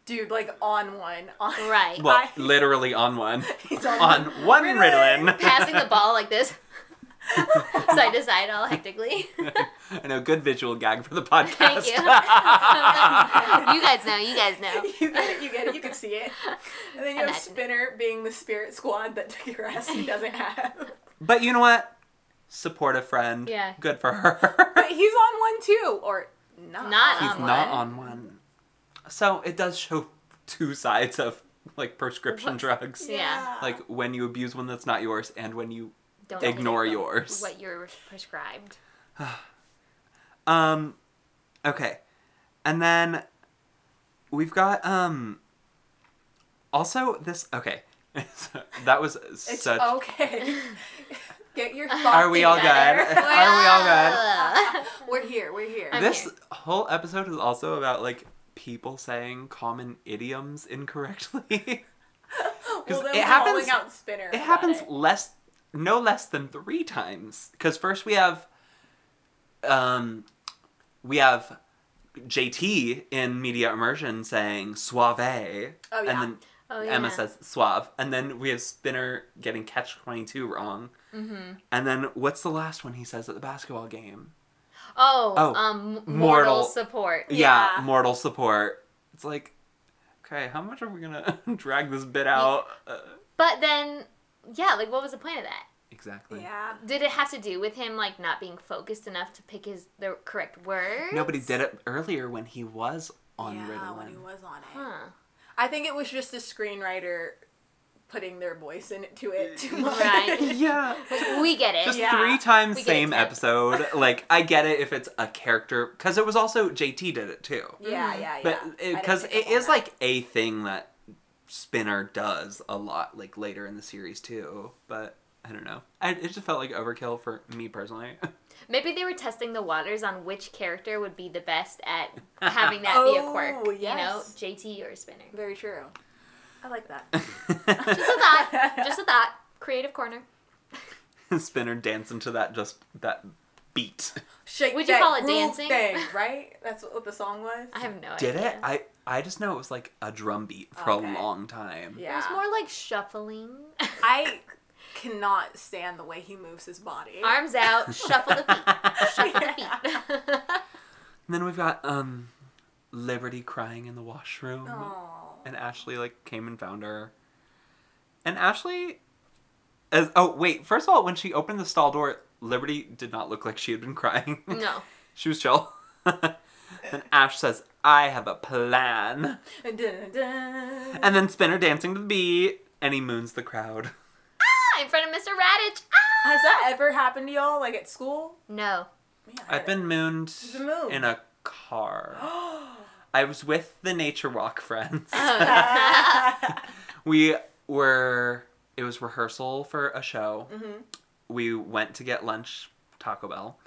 S3: Dude, like on one. <laughs> On,
S1: Right.
S2: Well,
S3: I- <laughs>
S2: literally on one.
S3: He's on
S2: <laughs> on one Ritalin.
S3: Ritalin.
S1: Passing the ball like this, <laughs> side to side,
S2: <laughs>
S1: all hectically. <laughs>
S2: I know, good visual gag for the podcast.
S1: Thank you. you <laughs> guys know. You guys know.
S3: <laughs> You get it, you get it, you can see it. And then you have
S1: Imagine it.
S3: Spinner being the spirit squad that
S1: <laughs>
S3: Degrassi doesn't have.
S2: <laughs> But you know what? Support a friend.
S1: Yeah.
S2: Good for
S1: <laughs>
S2: her.
S3: But he's on one too, or not. on
S1: Not
S2: He's
S1: on
S3: one.
S2: not
S1: one.
S2: on one. So it does show two sides of like prescription
S1: What-
S2: drugs.
S1: Yeah.
S2: Like when you abuse one that's not yours and when you
S1: Don't
S2: ignore
S1: take
S2: yours.
S1: what you're prescribed.
S2: Um okay. And then we've got um also this okay. <laughs> that was
S3: it's
S2: such
S3: okay. <laughs> Get your thoughts
S2: Are we all good?
S3: together.
S2: Are we all good?
S1: Ugh.
S3: <laughs>
S2: <laughs>
S3: We're here. We're here.
S1: I'm-
S2: this
S1: here.
S2: whole episode is also about like people saying common idioms incorrectly. <laughs>
S3: well, then
S2: it
S3: we're
S2: happens-
S3: calling out Spinner.
S2: it
S3: about
S2: happens
S3: it.
S2: less no less than 3 times cuz first we have um we have JT in media immersion saying suave and
S3: yeah.
S2: then
S1: Oh,
S2: Emma
S1: yeah.
S2: says suave and then we have Spinner getting catch 22 wrong.
S1: Mm-hmm.
S2: And then what's the last one he says at the basketball game?
S1: Oh,
S2: Oh,
S1: um, mortal,
S2: mortal.
S1: support.
S2: yeah,
S3: Yeah.
S2: mortal support. It's like, okay, how much are we gonna <laughs> drag this bit out? Uh,
S1: But then, yeah, like, what was the point of that?
S2: exactly.
S3: Yeah.
S1: Did it have to do with him like not being focused enough to pick his the correct word?
S2: Nobody did it earlier when he was on
S3: yeah,
S2: Ritalin. <laughs>
S3: when he was on it.
S1: Huh.
S3: I think it was just the screenwriter putting their voice into it
S1: <laughs>
S3: too much.
S1: Right.
S2: yeah.
S1: We get it.
S2: Just
S3: Yeah.
S2: three times
S1: We get
S2: same
S1: it, Ted.
S2: episode.
S3: <laughs>
S2: Like I get it if it's a character because it was also JT did it too.
S3: <laughs>
S1: Mm-hmm.
S3: Yeah, yeah, yeah.
S2: But
S3: I didn't
S2: because
S3: pick
S2: it
S3: up on
S2: is
S3: that.
S2: like a thing that Spinner does a lot, like later in the series too. But I don't know. I, it just felt like overkill for me personally.
S1: Maybe they were testing the waters on which character would be the best at having that be a quirk.
S3: <laughs> Oh,
S1: You know,
S3: yes.
S1: JT or Spinner.
S3: very true. I like that.
S1: Just
S3: <laughs>
S1: a thought. Just a thought. Creative corner.
S2: <laughs> Spinner dancing to that just that beat.
S3: Shake
S1: Would you
S3: that
S1: call it
S3: groove
S1: dancing?
S3: Thing,
S1: <laughs>
S3: right? That's what the song was.
S1: I have no
S2: Did
S1: idea.
S2: it? I I just know it was like a drum beat for
S3: Okay.
S2: a long time.
S1: It
S3: yeah.
S1: was more like shuffling. <laughs>
S3: I cannot stand the way he moves his body.
S1: Arms out, shuffle the
S3: <laughs>
S1: feet. Shuffle the feet.
S2: <laughs>
S1: <laughs>
S2: And then we've got um Liberty crying in the washroom.
S3: Aw.
S2: And Ashley like came and found her. And Ashley as oh wait, first of all, when she opened the stall door, Liberty did not look like she had been crying.
S1: no.
S2: <laughs> she was chill. <laughs> and Ash says, I have a plan.
S3: Dun, dun, dun.
S2: And then Spinner dancing to the beat, and he moons the crowd.
S1: Ah, in front of Mr. Radich. Ah!
S3: Has that ever happened to y'all? Like at school?
S1: No.
S3: Man, I
S2: I've been mooned
S3: been mooned.
S2: in a car.
S3: <gasps>
S2: I was with the nature walk friends.
S3: Oh,
S2: <laughs>
S3: <laughs>
S2: we were it was rehearsal for a show.
S3: Mm-hmm.
S2: We went to get lunch, Taco Bell,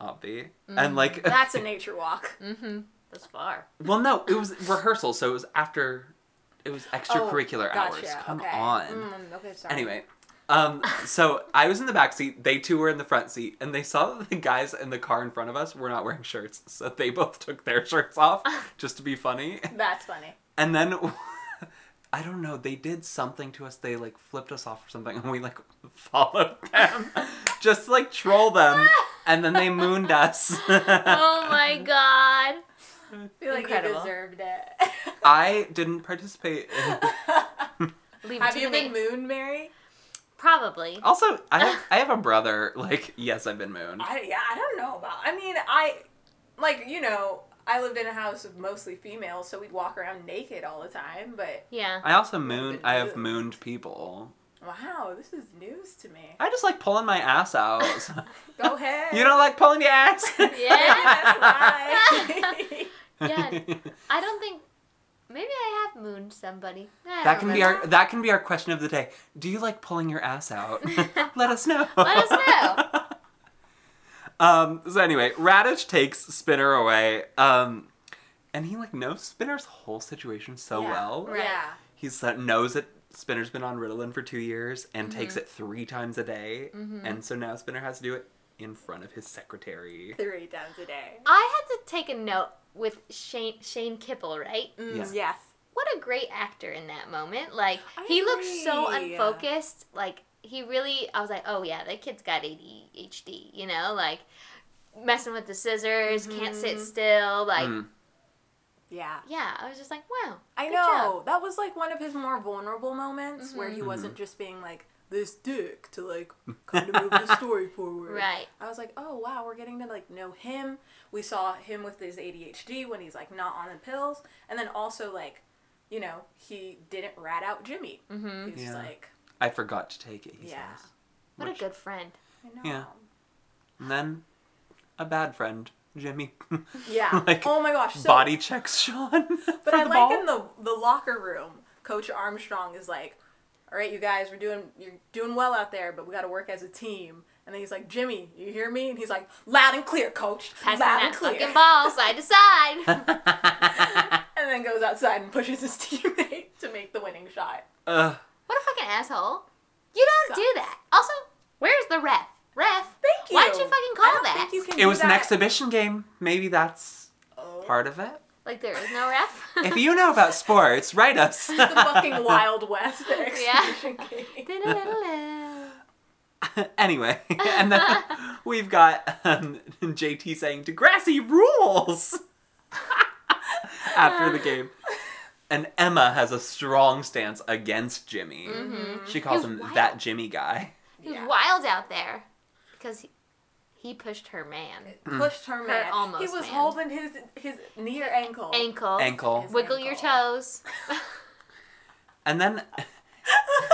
S2: obvi,
S3: Mm.
S2: and like
S3: That's a nature walk.
S1: mm-hmm. That's far.
S2: <laughs> well, no, it was rehearsal, so it was after it was extracurricular hours.
S3: Oh, gotcha,
S2: Come
S3: okay.
S2: on.
S3: Mm, okay, sorry.
S2: Anyway, um, so I was in the back seat. They two were in the front seat, and they saw that the guys in the car in front of us were not wearing shirts, so they both took their
S3: <laughs>
S2: shirts off just to be funny.
S3: That's funny.
S2: And then <laughs> I don't know, they did something to us. They like flipped us off or something, and we like <laughs> followed them <laughs> just to, like troll them. And then they mooned us.
S1: <laughs>
S2: <laughs>
S1: Oh <laughs> my god.
S3: I feel like
S1: Incredible.
S3: you deserved it.
S2: I didn't participate. In... <laughs>
S1: Leave it
S3: Have
S1: to
S3: you
S1: the
S3: been
S1: na-
S3: mooned, Mary?
S1: Probably.
S2: Also, I have, I have a brother. Like, yes, I've been mooned.
S3: I yeah, I don't know about. I mean, I like you know, I lived in a house of mostly females, so we'd walk around naked all the time. But
S1: Yeah.
S2: I also moon. I have
S3: Been
S2: mooned people.
S3: wow, this is news to me.
S2: I just like pulling my ass out.
S1: <laughs>
S3: Go ahead.
S2: <laughs> you don't like pulling your ass?
S1: Yeah.
S2: <laughs>
S3: <laughs> Right.
S1: yeah. I don't think. Maybe I have mooned somebody.
S2: That
S1: I don't
S2: can be
S1: remember.
S2: our that can be our question of the day. Do you like pulling your ass
S1: <laughs>
S2: out? <laughs> Let us know.
S1: Let us
S2: know. <laughs> um, so anyway, Radish takes Spinner away. Um, and he like knows Spinner's whole situation so
S3: Yeah,
S2: well.
S1: Right.
S3: Yeah.
S2: He's that knows that Spinner's been on Ritalin for two years and
S1: Mm-hmm.
S2: takes it three times a day. And so now Spinner has to do it in front of his secretary.
S3: Three times a day.
S1: I had to take a note with Shane Shane Kipple, right?
S3: Mm,
S2: Yeah.
S3: Yes.
S1: What a great actor in that moment. Like
S3: I
S1: he looked so
S3: agree.
S1: unfocused. Like he really I was like, "Oh yeah, that kid's got ADHD," you know, like messing with the scissors, can't
S3: Mm-hmm.
S1: sit still, like
S2: Mm.
S3: Yeah.
S1: yeah, I was just like, "Wow."
S3: I
S1: good
S3: know.
S1: job.
S3: That was like one of his more vulnerable moments where he wasn't
S2: Mm-hmm.
S3: just being like this dick to like kind of move the
S2: <laughs>
S3: story forward.
S1: Right.
S3: I was like, "Oh wow, we're getting to like know him." We saw him with his ADHD when he's like not on the pills and then also like, you know, he didn't rat out Jimmy. Mm-hmm. He's
S2: Yeah.
S3: like,
S2: I forgot to take it, he
S3: Yeah.
S2: says.
S1: What a
S2: Which-
S1: good friend.
S3: "I know."
S2: Yeah. And then a bad friend, Jimmy. <laughs>
S3: Yeah.
S2: Like,
S3: oh my gosh. So,
S2: Body checks Sean. <laughs>
S3: But I like in the the locker room, Coach Armstrong is like, "All right, you guys, we're doing you're doing well out there, but we got to work as a team." And then he's like, "Jimmy, you hear me?" And he's like, "Loud and clear, Coach,
S1: Passing
S3: loud
S1: that
S3: and clear."
S1: fucking ball side
S2: <laughs>
S1: to side.
S3: And then goes outside and pushes his <laughs> teammate to make the winning shot.
S2: Ugh.
S1: What a fucking asshole. You don't do that. Also, where's the ref? Ref.
S3: Thank you.
S1: Why'd you fucking call
S3: I don't
S1: that?
S3: Think you can
S2: it
S3: do
S2: was an
S3: that.
S2: exhibition game. Maybe that's
S3: Oh.
S2: part of it.
S1: Like there is no ref.
S2: If you know about sports, write
S3: <laughs>
S2: us.
S3: the
S2: <laughs>
S3: fucking Wild
S1: <laughs>
S3: West exhibition game.
S1: <laughs> Da-da-da-da-da.
S2: anyway, and
S3: <laughs>
S2: then we've got um, JT saying Degrassi rules <laughs> after the game. And Emma has a strong stance against Jimmy.
S3: Mm-hmm.
S1: Mm-hmm.
S2: She calls
S1: He's
S2: him
S1: wild.
S2: that Jimmy guy.
S1: He's
S3: Yeah.
S1: wild out there because he, he pushed her man.
S3: pushed her man.
S1: almost
S3: he was
S1: man.
S3: holding his his near ankle.
S1: Ankle.
S2: Ankle.
S3: His
S1: Wiggle your
S3: ankle.
S1: toes.
S2: And then
S3: <laughs>
S2: <laughs>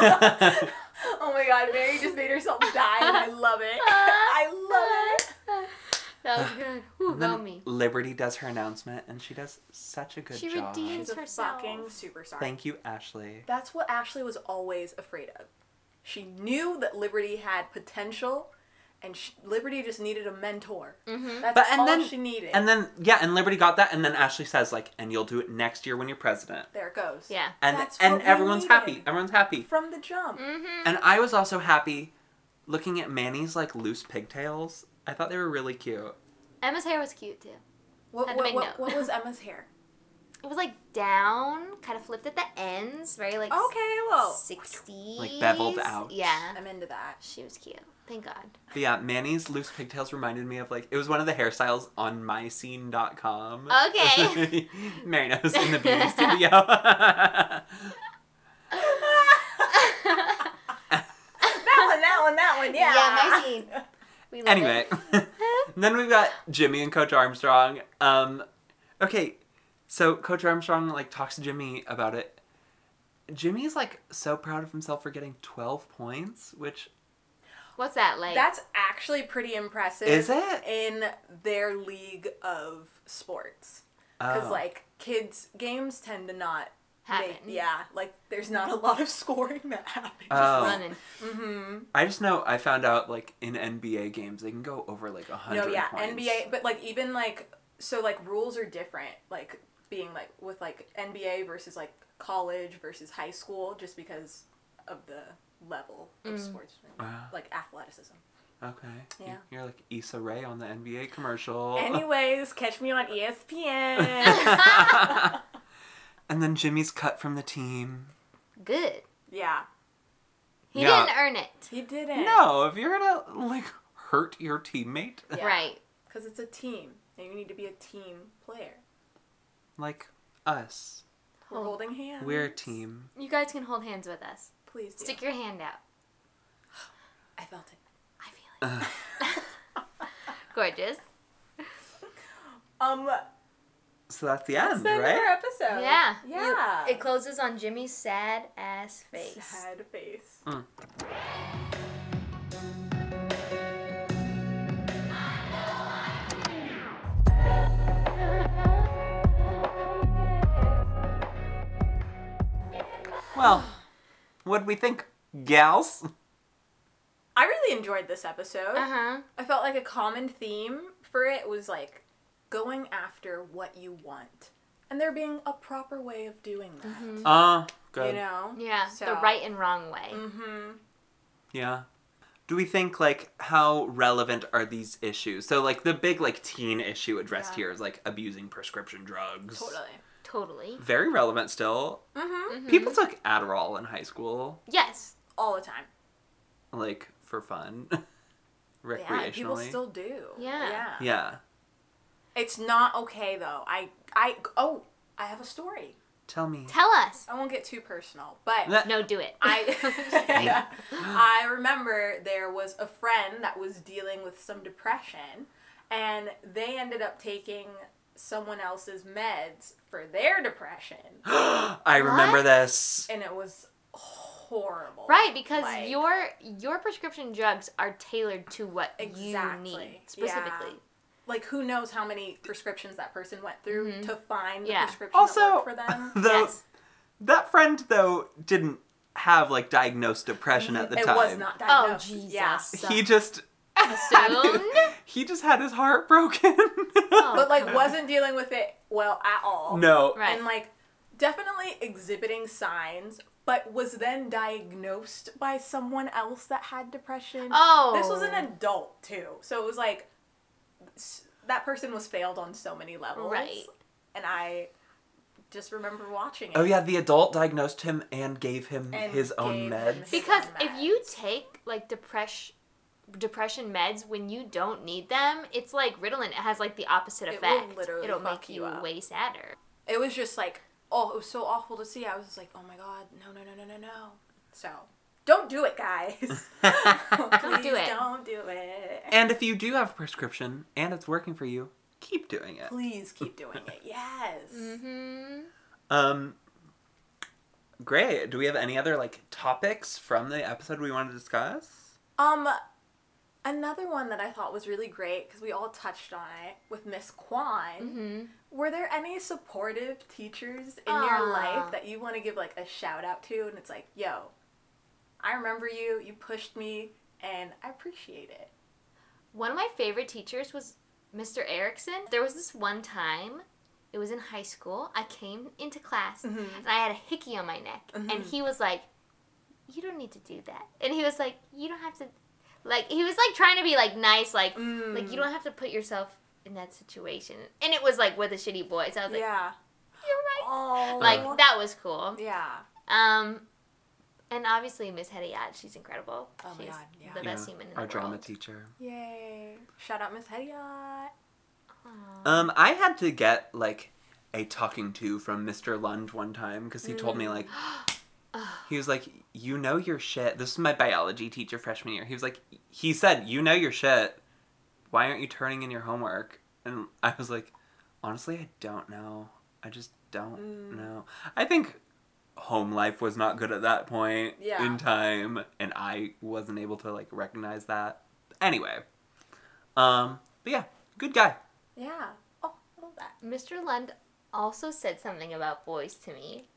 S3: Oh my god, Mary just made
S1: <laughs>
S3: herself die and I love it. I love it.
S1: that was
S2: <laughs>
S1: good. Whew,
S2: then
S1: go me.
S2: Liberty does her announcement and she does such a good
S1: She
S2: job.
S1: redeems-
S3: She's a
S1: herself.
S3: fucking superstar.
S2: Thank you, Ashley.
S3: That's what Ashley was always afraid of. She knew that Liberty had potential, and sh Liberty just needed a mentor.
S1: Mm-hmm.
S3: That's
S2: But and
S3: all
S2: then
S3: she needed.
S2: And then yeah, and Liberty got that and then Ashley says like and you'll do it next year when you're president.
S3: there it goes.
S1: Yeah. Mm-hmm.
S2: And
S3: That's
S2: and
S3: what we
S2: everyone's
S3: needed.
S2: happy. Everyone's happy.
S3: From the jump.
S2: And I was also happy looking at Manny's like loose pigtails. I thought they were really cute.
S1: Emma's hair was cute too. Had
S3: What,
S1: to
S3: what,
S1: make
S3: what,
S1: note.
S3: what was Emma's
S1: <laughs>
S3: hair?
S1: It was like down, kind of flipped at the ends, very like
S3: Okay, well,
S1: <laughs> 60s.
S2: Like beveled out.
S1: Yeah.
S3: I'm into that. <laughs>
S1: She was cute. Thank God.
S2: But yeah, Manny's loose pigtails reminded me of like it was one of the hairstyles on myscene.com.
S1: Okay.
S2: <laughs> Mary knows in the beauty studio. <laughs>
S3: That one, that one, that one, yeah.
S1: Yeah, my
S3: <laughs>
S1: scene. We love
S2: anyway, <laughs>
S1: it.
S2: then we've got Jimmy and Coach Armstrong. Um, okay, so Coach Armstrong like talks to Jimmy about it. Jimmy's like so proud of himself for getting twelve points, which
S1: What's that like?
S3: That's actually pretty impressive.
S2: Is it?
S3: In their league of sports. Because,
S2: oh,
S3: like, kids' games tend to not.
S1: Happen.
S3: They, yeah, like, there's not a lot of <laughs> scoring that happens. Mm-hmm.
S2: Oh.
S1: running.
S2: I just know I found out like in NBA games they can go over like a hundred.
S3: No, yeah,
S2: points.
S3: NBA, but like even like so like rules are different. Like being like with like NBA versus like college versus high school, just because of the level of sports,
S2: Wow.
S3: like athleticism.
S2: Okay. You-
S3: Yeah.
S2: You're like Issa Rae on the NBA commercial.
S3: <laughs> Anyways, catch me on E ESPN.
S2: <laughs> and then Jimmy's cut from the team.
S1: Good.
S3: yeah,
S1: He
S2: Yeah.
S1: didn't earn it.
S3: he didn't.
S2: No, if you're gonna like hurt your teammate,
S3: Yeah.
S1: Right.
S3: because it's a team, and you need to be a team player.
S2: like us,
S1: Oh.
S3: We're holding hands.
S2: we're a team.
S1: You guys can hold hands with us.
S3: Please. do.
S1: Stick your hand out.
S3: I felt it.
S1: I feel it.
S2: <laughs>
S1: Gorgeous.
S3: Um,
S2: So that's the end,
S3: send
S2: right?
S3: our episode.
S1: Yeah. You-
S3: Oh, Yeah.
S1: it closes on Jimmy's sad ass face.
S3: Sad face.
S2: Well, what'd we think, gals?
S3: I really enjoyed this episode.
S1: Uh huh.
S3: I felt like a common theme for it was like going after what you want and there being a proper way of doing that.
S2: Uh, good.
S3: Mm-hmm. You know?
S1: Mm-hmm. Yeah. The
S3: So- Mm. mm-hmm.
S1: right and wrong way.
S2: Yeah. Do we think like how relevant are these issues? So like the big like teen issue addressed
S3: Yeah.
S2: here is like abusing prescription drugs.
S3: Totally.
S1: Totally.
S2: Very relevant still. People took Adderall in high school,
S1: Yes.
S3: Mm-hmm. All the time.
S2: like for fun, <laughs>
S3: Yeah,
S2: recreationally.
S3: people still do.
S1: Yeah.
S3: Yeah.
S2: yeah.
S3: It's not okay though. I I oh, I have a story.
S2: Tell me.
S1: Tell us.
S3: I won't get too personal, but
S2: Nah.
S1: No, do it.
S2: <laughs>
S3: I <laughs> I remember there was a friend that was dealing with some depression and they ended up taking someone else's meds for their
S2: <gasps>
S3: depression
S2: I remember
S1: What?
S2: this.
S3: and it was horrible.
S1: <laughs> Right, because
S3: Like,
S1: your your prescription drugs are tailored to what
S3: Exactly.
S1: you need
S3: Yeah.
S1: specifically.
S3: like who knows how many prescriptions that person went through to find
S1: Mm-hmm. Yeah.
S3: the prescription that
S2: Also,
S3: worked for
S2: <laughs>
S3: them.
S2: though,
S1: Yes.
S2: that friend though didn't have like diagnosed depression at the
S3: Mm-hmm. it
S2: time.
S3: was not
S1: Oh
S3: diagnosed.
S1: Jesus.
S3: Yeah.
S2: He just
S1: Assumed?
S2: he just had his heart <laughs> broken.
S1: Oh,
S3: But like
S1: come on.
S3: wasn't dealing with it well at all.
S2: no.
S1: Right.
S3: and like definitely exhibiting signs but was then diagnosed by someone else that had depression
S1: Oh.
S3: this was an adult too so it was like s- that person was failed on so many levels
S1: Right.
S3: and i just remember watching it
S2: Oh yeah, the adult diagnosed him and gave him
S3: And
S2: his own
S3: gave
S2: meds.
S3: him his-
S1: Because if
S3: meds.
S1: you take like depression depression meds when you don't need them, it's like Ritalin. It has like the opposite
S3: It will
S1: effect.
S3: literally
S1: It'll
S3: fuck
S1: make
S3: you
S1: you,
S3: up.
S1: way sadder.
S3: it was just like oh it was so awful to see i was just like oh my god no no no no no no so Don't do it, guys.
S1: <laughs> Don't do
S3: Please
S1: it.
S3: Don't do it.
S2: And if you do have a prescription and it's working for you, keep doing it.
S3: Please keep doing it. Yes.
S1: Mm-hmm.
S2: Um great. Do we have any other like topics from the episode we want to discuss?
S3: Um, another one that I thought was really great because we all touched on it with Miss Kwan.
S1: Mm-hmm.
S3: Were there any supportive teachers in your
S1: Aw.
S3: life that you want to give like a shout out to? And it's like, yo, I remember you. You pushed me, and I appreciate it.
S1: One of my favorite teachers was Mr. Erickson. There was this one time, it was in high school. I came into class
S3: Mm-hmm.
S1: and I had a hickey on my neck, and
S3: Mhm.
S1: he was like, "You don't need to do that," and he was like, "You don't have to." Like he was like trying to be like nice, like like
S3: Mm.
S1: you don't have to put yourself in that situation. And it was like with a shitty voice. I was like,
S3: yeah.
S1: "You're right."
S3: Oh.
S1: Like that was cool.
S3: Yeah.
S1: Um, and obviously Miss Hediad, she's incredible.
S3: Oh my
S1: she's
S3: God, yeah.
S1: the best human in
S2: Our
S1: the
S2: drama
S1: world.
S2: teacher.
S3: Yay! Shout out Miss Hediot.
S1: Aw.
S2: Um, I had to get like a talking to from Mr. Lund one time because he told me like
S3: Mm.
S2: <gasps> he was like, "You know your shit." This is my biology teacher freshman year. He was like, he said, "You know your shit. Why aren't you turning in your homework?" And I was like, honestly, I don't know. I just don't
S3: Mm.
S2: know. I think home life was not good at that point
S3: Yeah.
S2: in time, and I wasn't able to like recognize that. Anyway, um, but yeah, good guy.
S3: Yeah. Oh, I love that.
S1: Mr. Lund also said something about boys to me.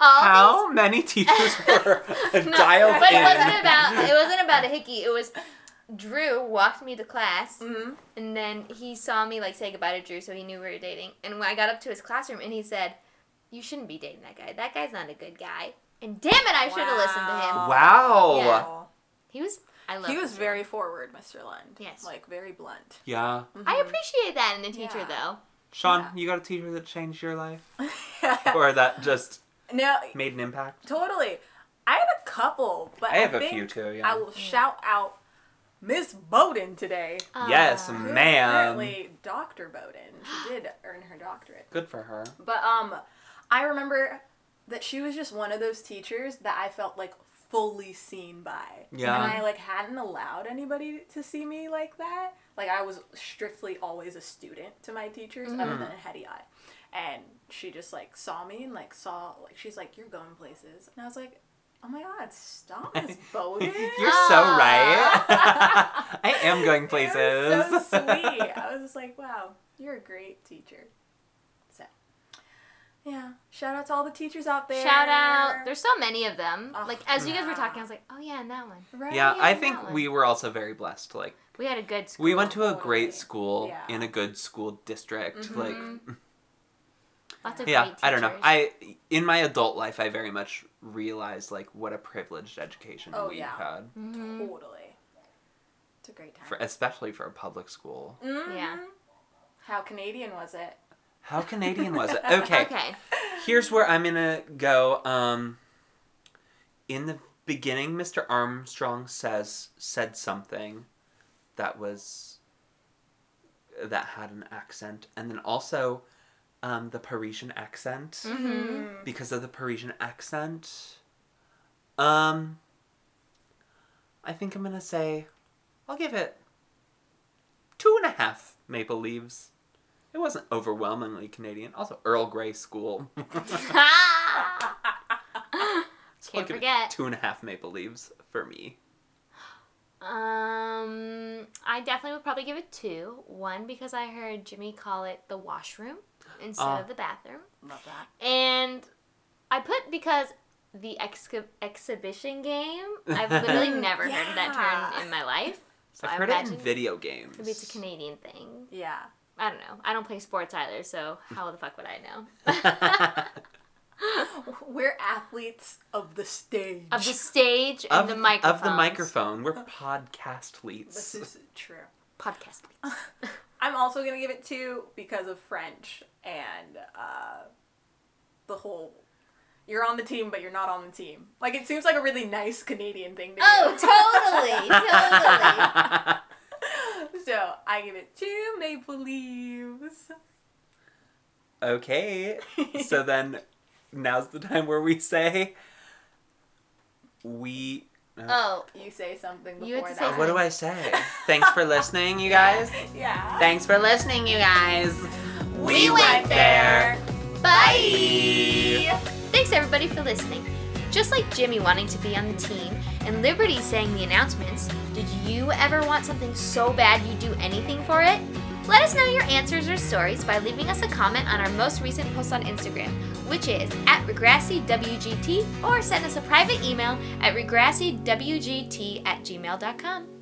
S2: How many <laughs>
S1: <laughs>
S2: teachers were <laughs> dialed
S1: But it
S2: in?
S1: wasn't
S2: <laughs>
S1: about it wasn't about a hickey. It was Drew walked me to class
S3: Mm-hmm.
S1: and then he saw me like say goodbye to Drew so he knew we were dating. And when I got up to his classroom and he said, You shouldn't be dating that guy. That guy's not a good guy. And damn it, I should have listened to him.
S2: Wow.
S1: Yeah. He was I love
S3: He was
S1: Mr.
S3: very forward, Mr. Lund.
S1: Yes.
S3: Like very blunt.
S2: Yeah.
S1: Lund. I appreciate that in a teacher
S3: Yeah.
S1: though.
S2: Sean,
S3: Yeah.
S2: you got a teacher that changed your life?
S3: Mm-hmm. <laughs>
S2: Or that just
S3: no,
S2: made an impact?
S3: totally. I had a couple, but
S2: I have
S3: a
S2: a few too, yeah.
S3: I will shout out Miss Bowden today.
S2: yes,
S1: Aw.
S3: who is
S2: ma'am.
S3: Currently, Doctor Bowden. She did earn her doctorate.
S2: Good for her.
S3: But um, I remember that she was just one of those teachers that I felt like fully seen by.
S2: Yeah.
S3: And I like hadn't allowed anybody to see me like that. Like I was strictly always a student to my teachers,
S2: Mm-hmm.
S3: other than Hetty I. And she just like saw me and like saw like she's like you're going places, and I was like, oh my god, stop,
S2: <laughs>
S3: Miss Bowden.
S2: You're so right. I
S3: <laughs>
S2: am going places. <laughs>
S3: It was so sweet. I was just like, wow, you're a great teacher. So, yeah. Shout out to all the teachers out there.
S1: Shout out. There's so many of them.
S3: Oh,
S1: like as you guys were
S3: yeah.
S1: talking, I was like, Oh yeah, and that one.
S3: Right?
S2: Yeah, I
S1: that
S2: think
S1: one.
S2: we were also very blessed. Like,
S1: We had a good school.
S2: we went to a
S3: Totally.
S2: great school
S3: Yeah.
S2: in a good school district. Like,
S1: Mm-hmm.
S2: mm.
S1: Lots of
S2: yeah
S1: great
S2: i don't know
S1: teachers.
S2: i in my adult life i very much realized like what a privileged education
S3: Oh,
S2: we
S3: yeah.
S2: had
S1: Mhm.
S3: Totally. It's a great time.
S2: for especially for a public school
S3: Mhm.
S1: Yeah.
S3: How Canadian was it?
S2: how canadian was <laughs> it okay,
S1: Okay. <laughs>
S2: here's where i'm gonna go um in the beginning mr armstrong says said something that was that had an accent and then also um, the parisian accent
S3: Mm-hmm.
S2: because of the Parisian accent. Um, I think I'm gonna say, I'll give it two and a half maple leaves. It wasn't overwhelmingly Canadian. Also, Earl Grey School. <laughs> So I'll
S1: Can't
S2: give it
S1: forget.
S2: two and a half maple leaves for me.
S1: um, I definitely would probably give it two. One because I heard Jimmy call it the washroom instead
S2: Ah.
S1: of the bathroom,
S3: Love that.
S1: and I put because the exca- exhibition game.
S2: <laughs>
S1: I've literally never heard that
S3: Yeah.
S1: term in my life. So
S2: I've
S1: I
S2: heard it in
S1: imagine
S2: video games.
S1: Maybe it's a Canadian thing.
S3: Yeah. <laughs>
S1: I don't know. I don't play sports either, so how the fuck would I know?
S2: <laughs>
S1: <laughs>
S3: We're athletes of the stage.
S2: <laughs>
S1: Of the stage
S2: of,
S1: and the microphone.
S2: of the microphone.
S1: <laughs>
S2: We're podcast
S3: This
S2: leads.
S3: is true.
S1: Podcast.
S3: I'm also gonna give it two because of French and uh, the whole. You're on the team, but you're not on the team. Like it seems like a really nice Canadian thing to do.
S1: Oh, <laughs>
S2: <laughs>
S1: totally. Totally.
S3: <laughs> so I give it two maple leaves.
S2: <laughs> Okay. so then now's the time where we say we. Uh,
S1: Oh,
S3: You say something before
S1: You had to
S3: that.
S1: say
S2: what do I say? Thanks for listening, you guys.
S3: Yeah.
S2: <laughs> Thanks for listening, you guys.
S1: We went bye.
S3: Bye.
S1: Thanks everybody for listening. Just like Jimmy wanting to be on the team and Liberty saying the announcements, did you ever want something so bad you'd do anything for it? Let us know your answers or stories by leaving us a comment on our most recent post on Instagram, which is at RegrassiWGT, or send us a private email at RegrassiWGT at gmail.com.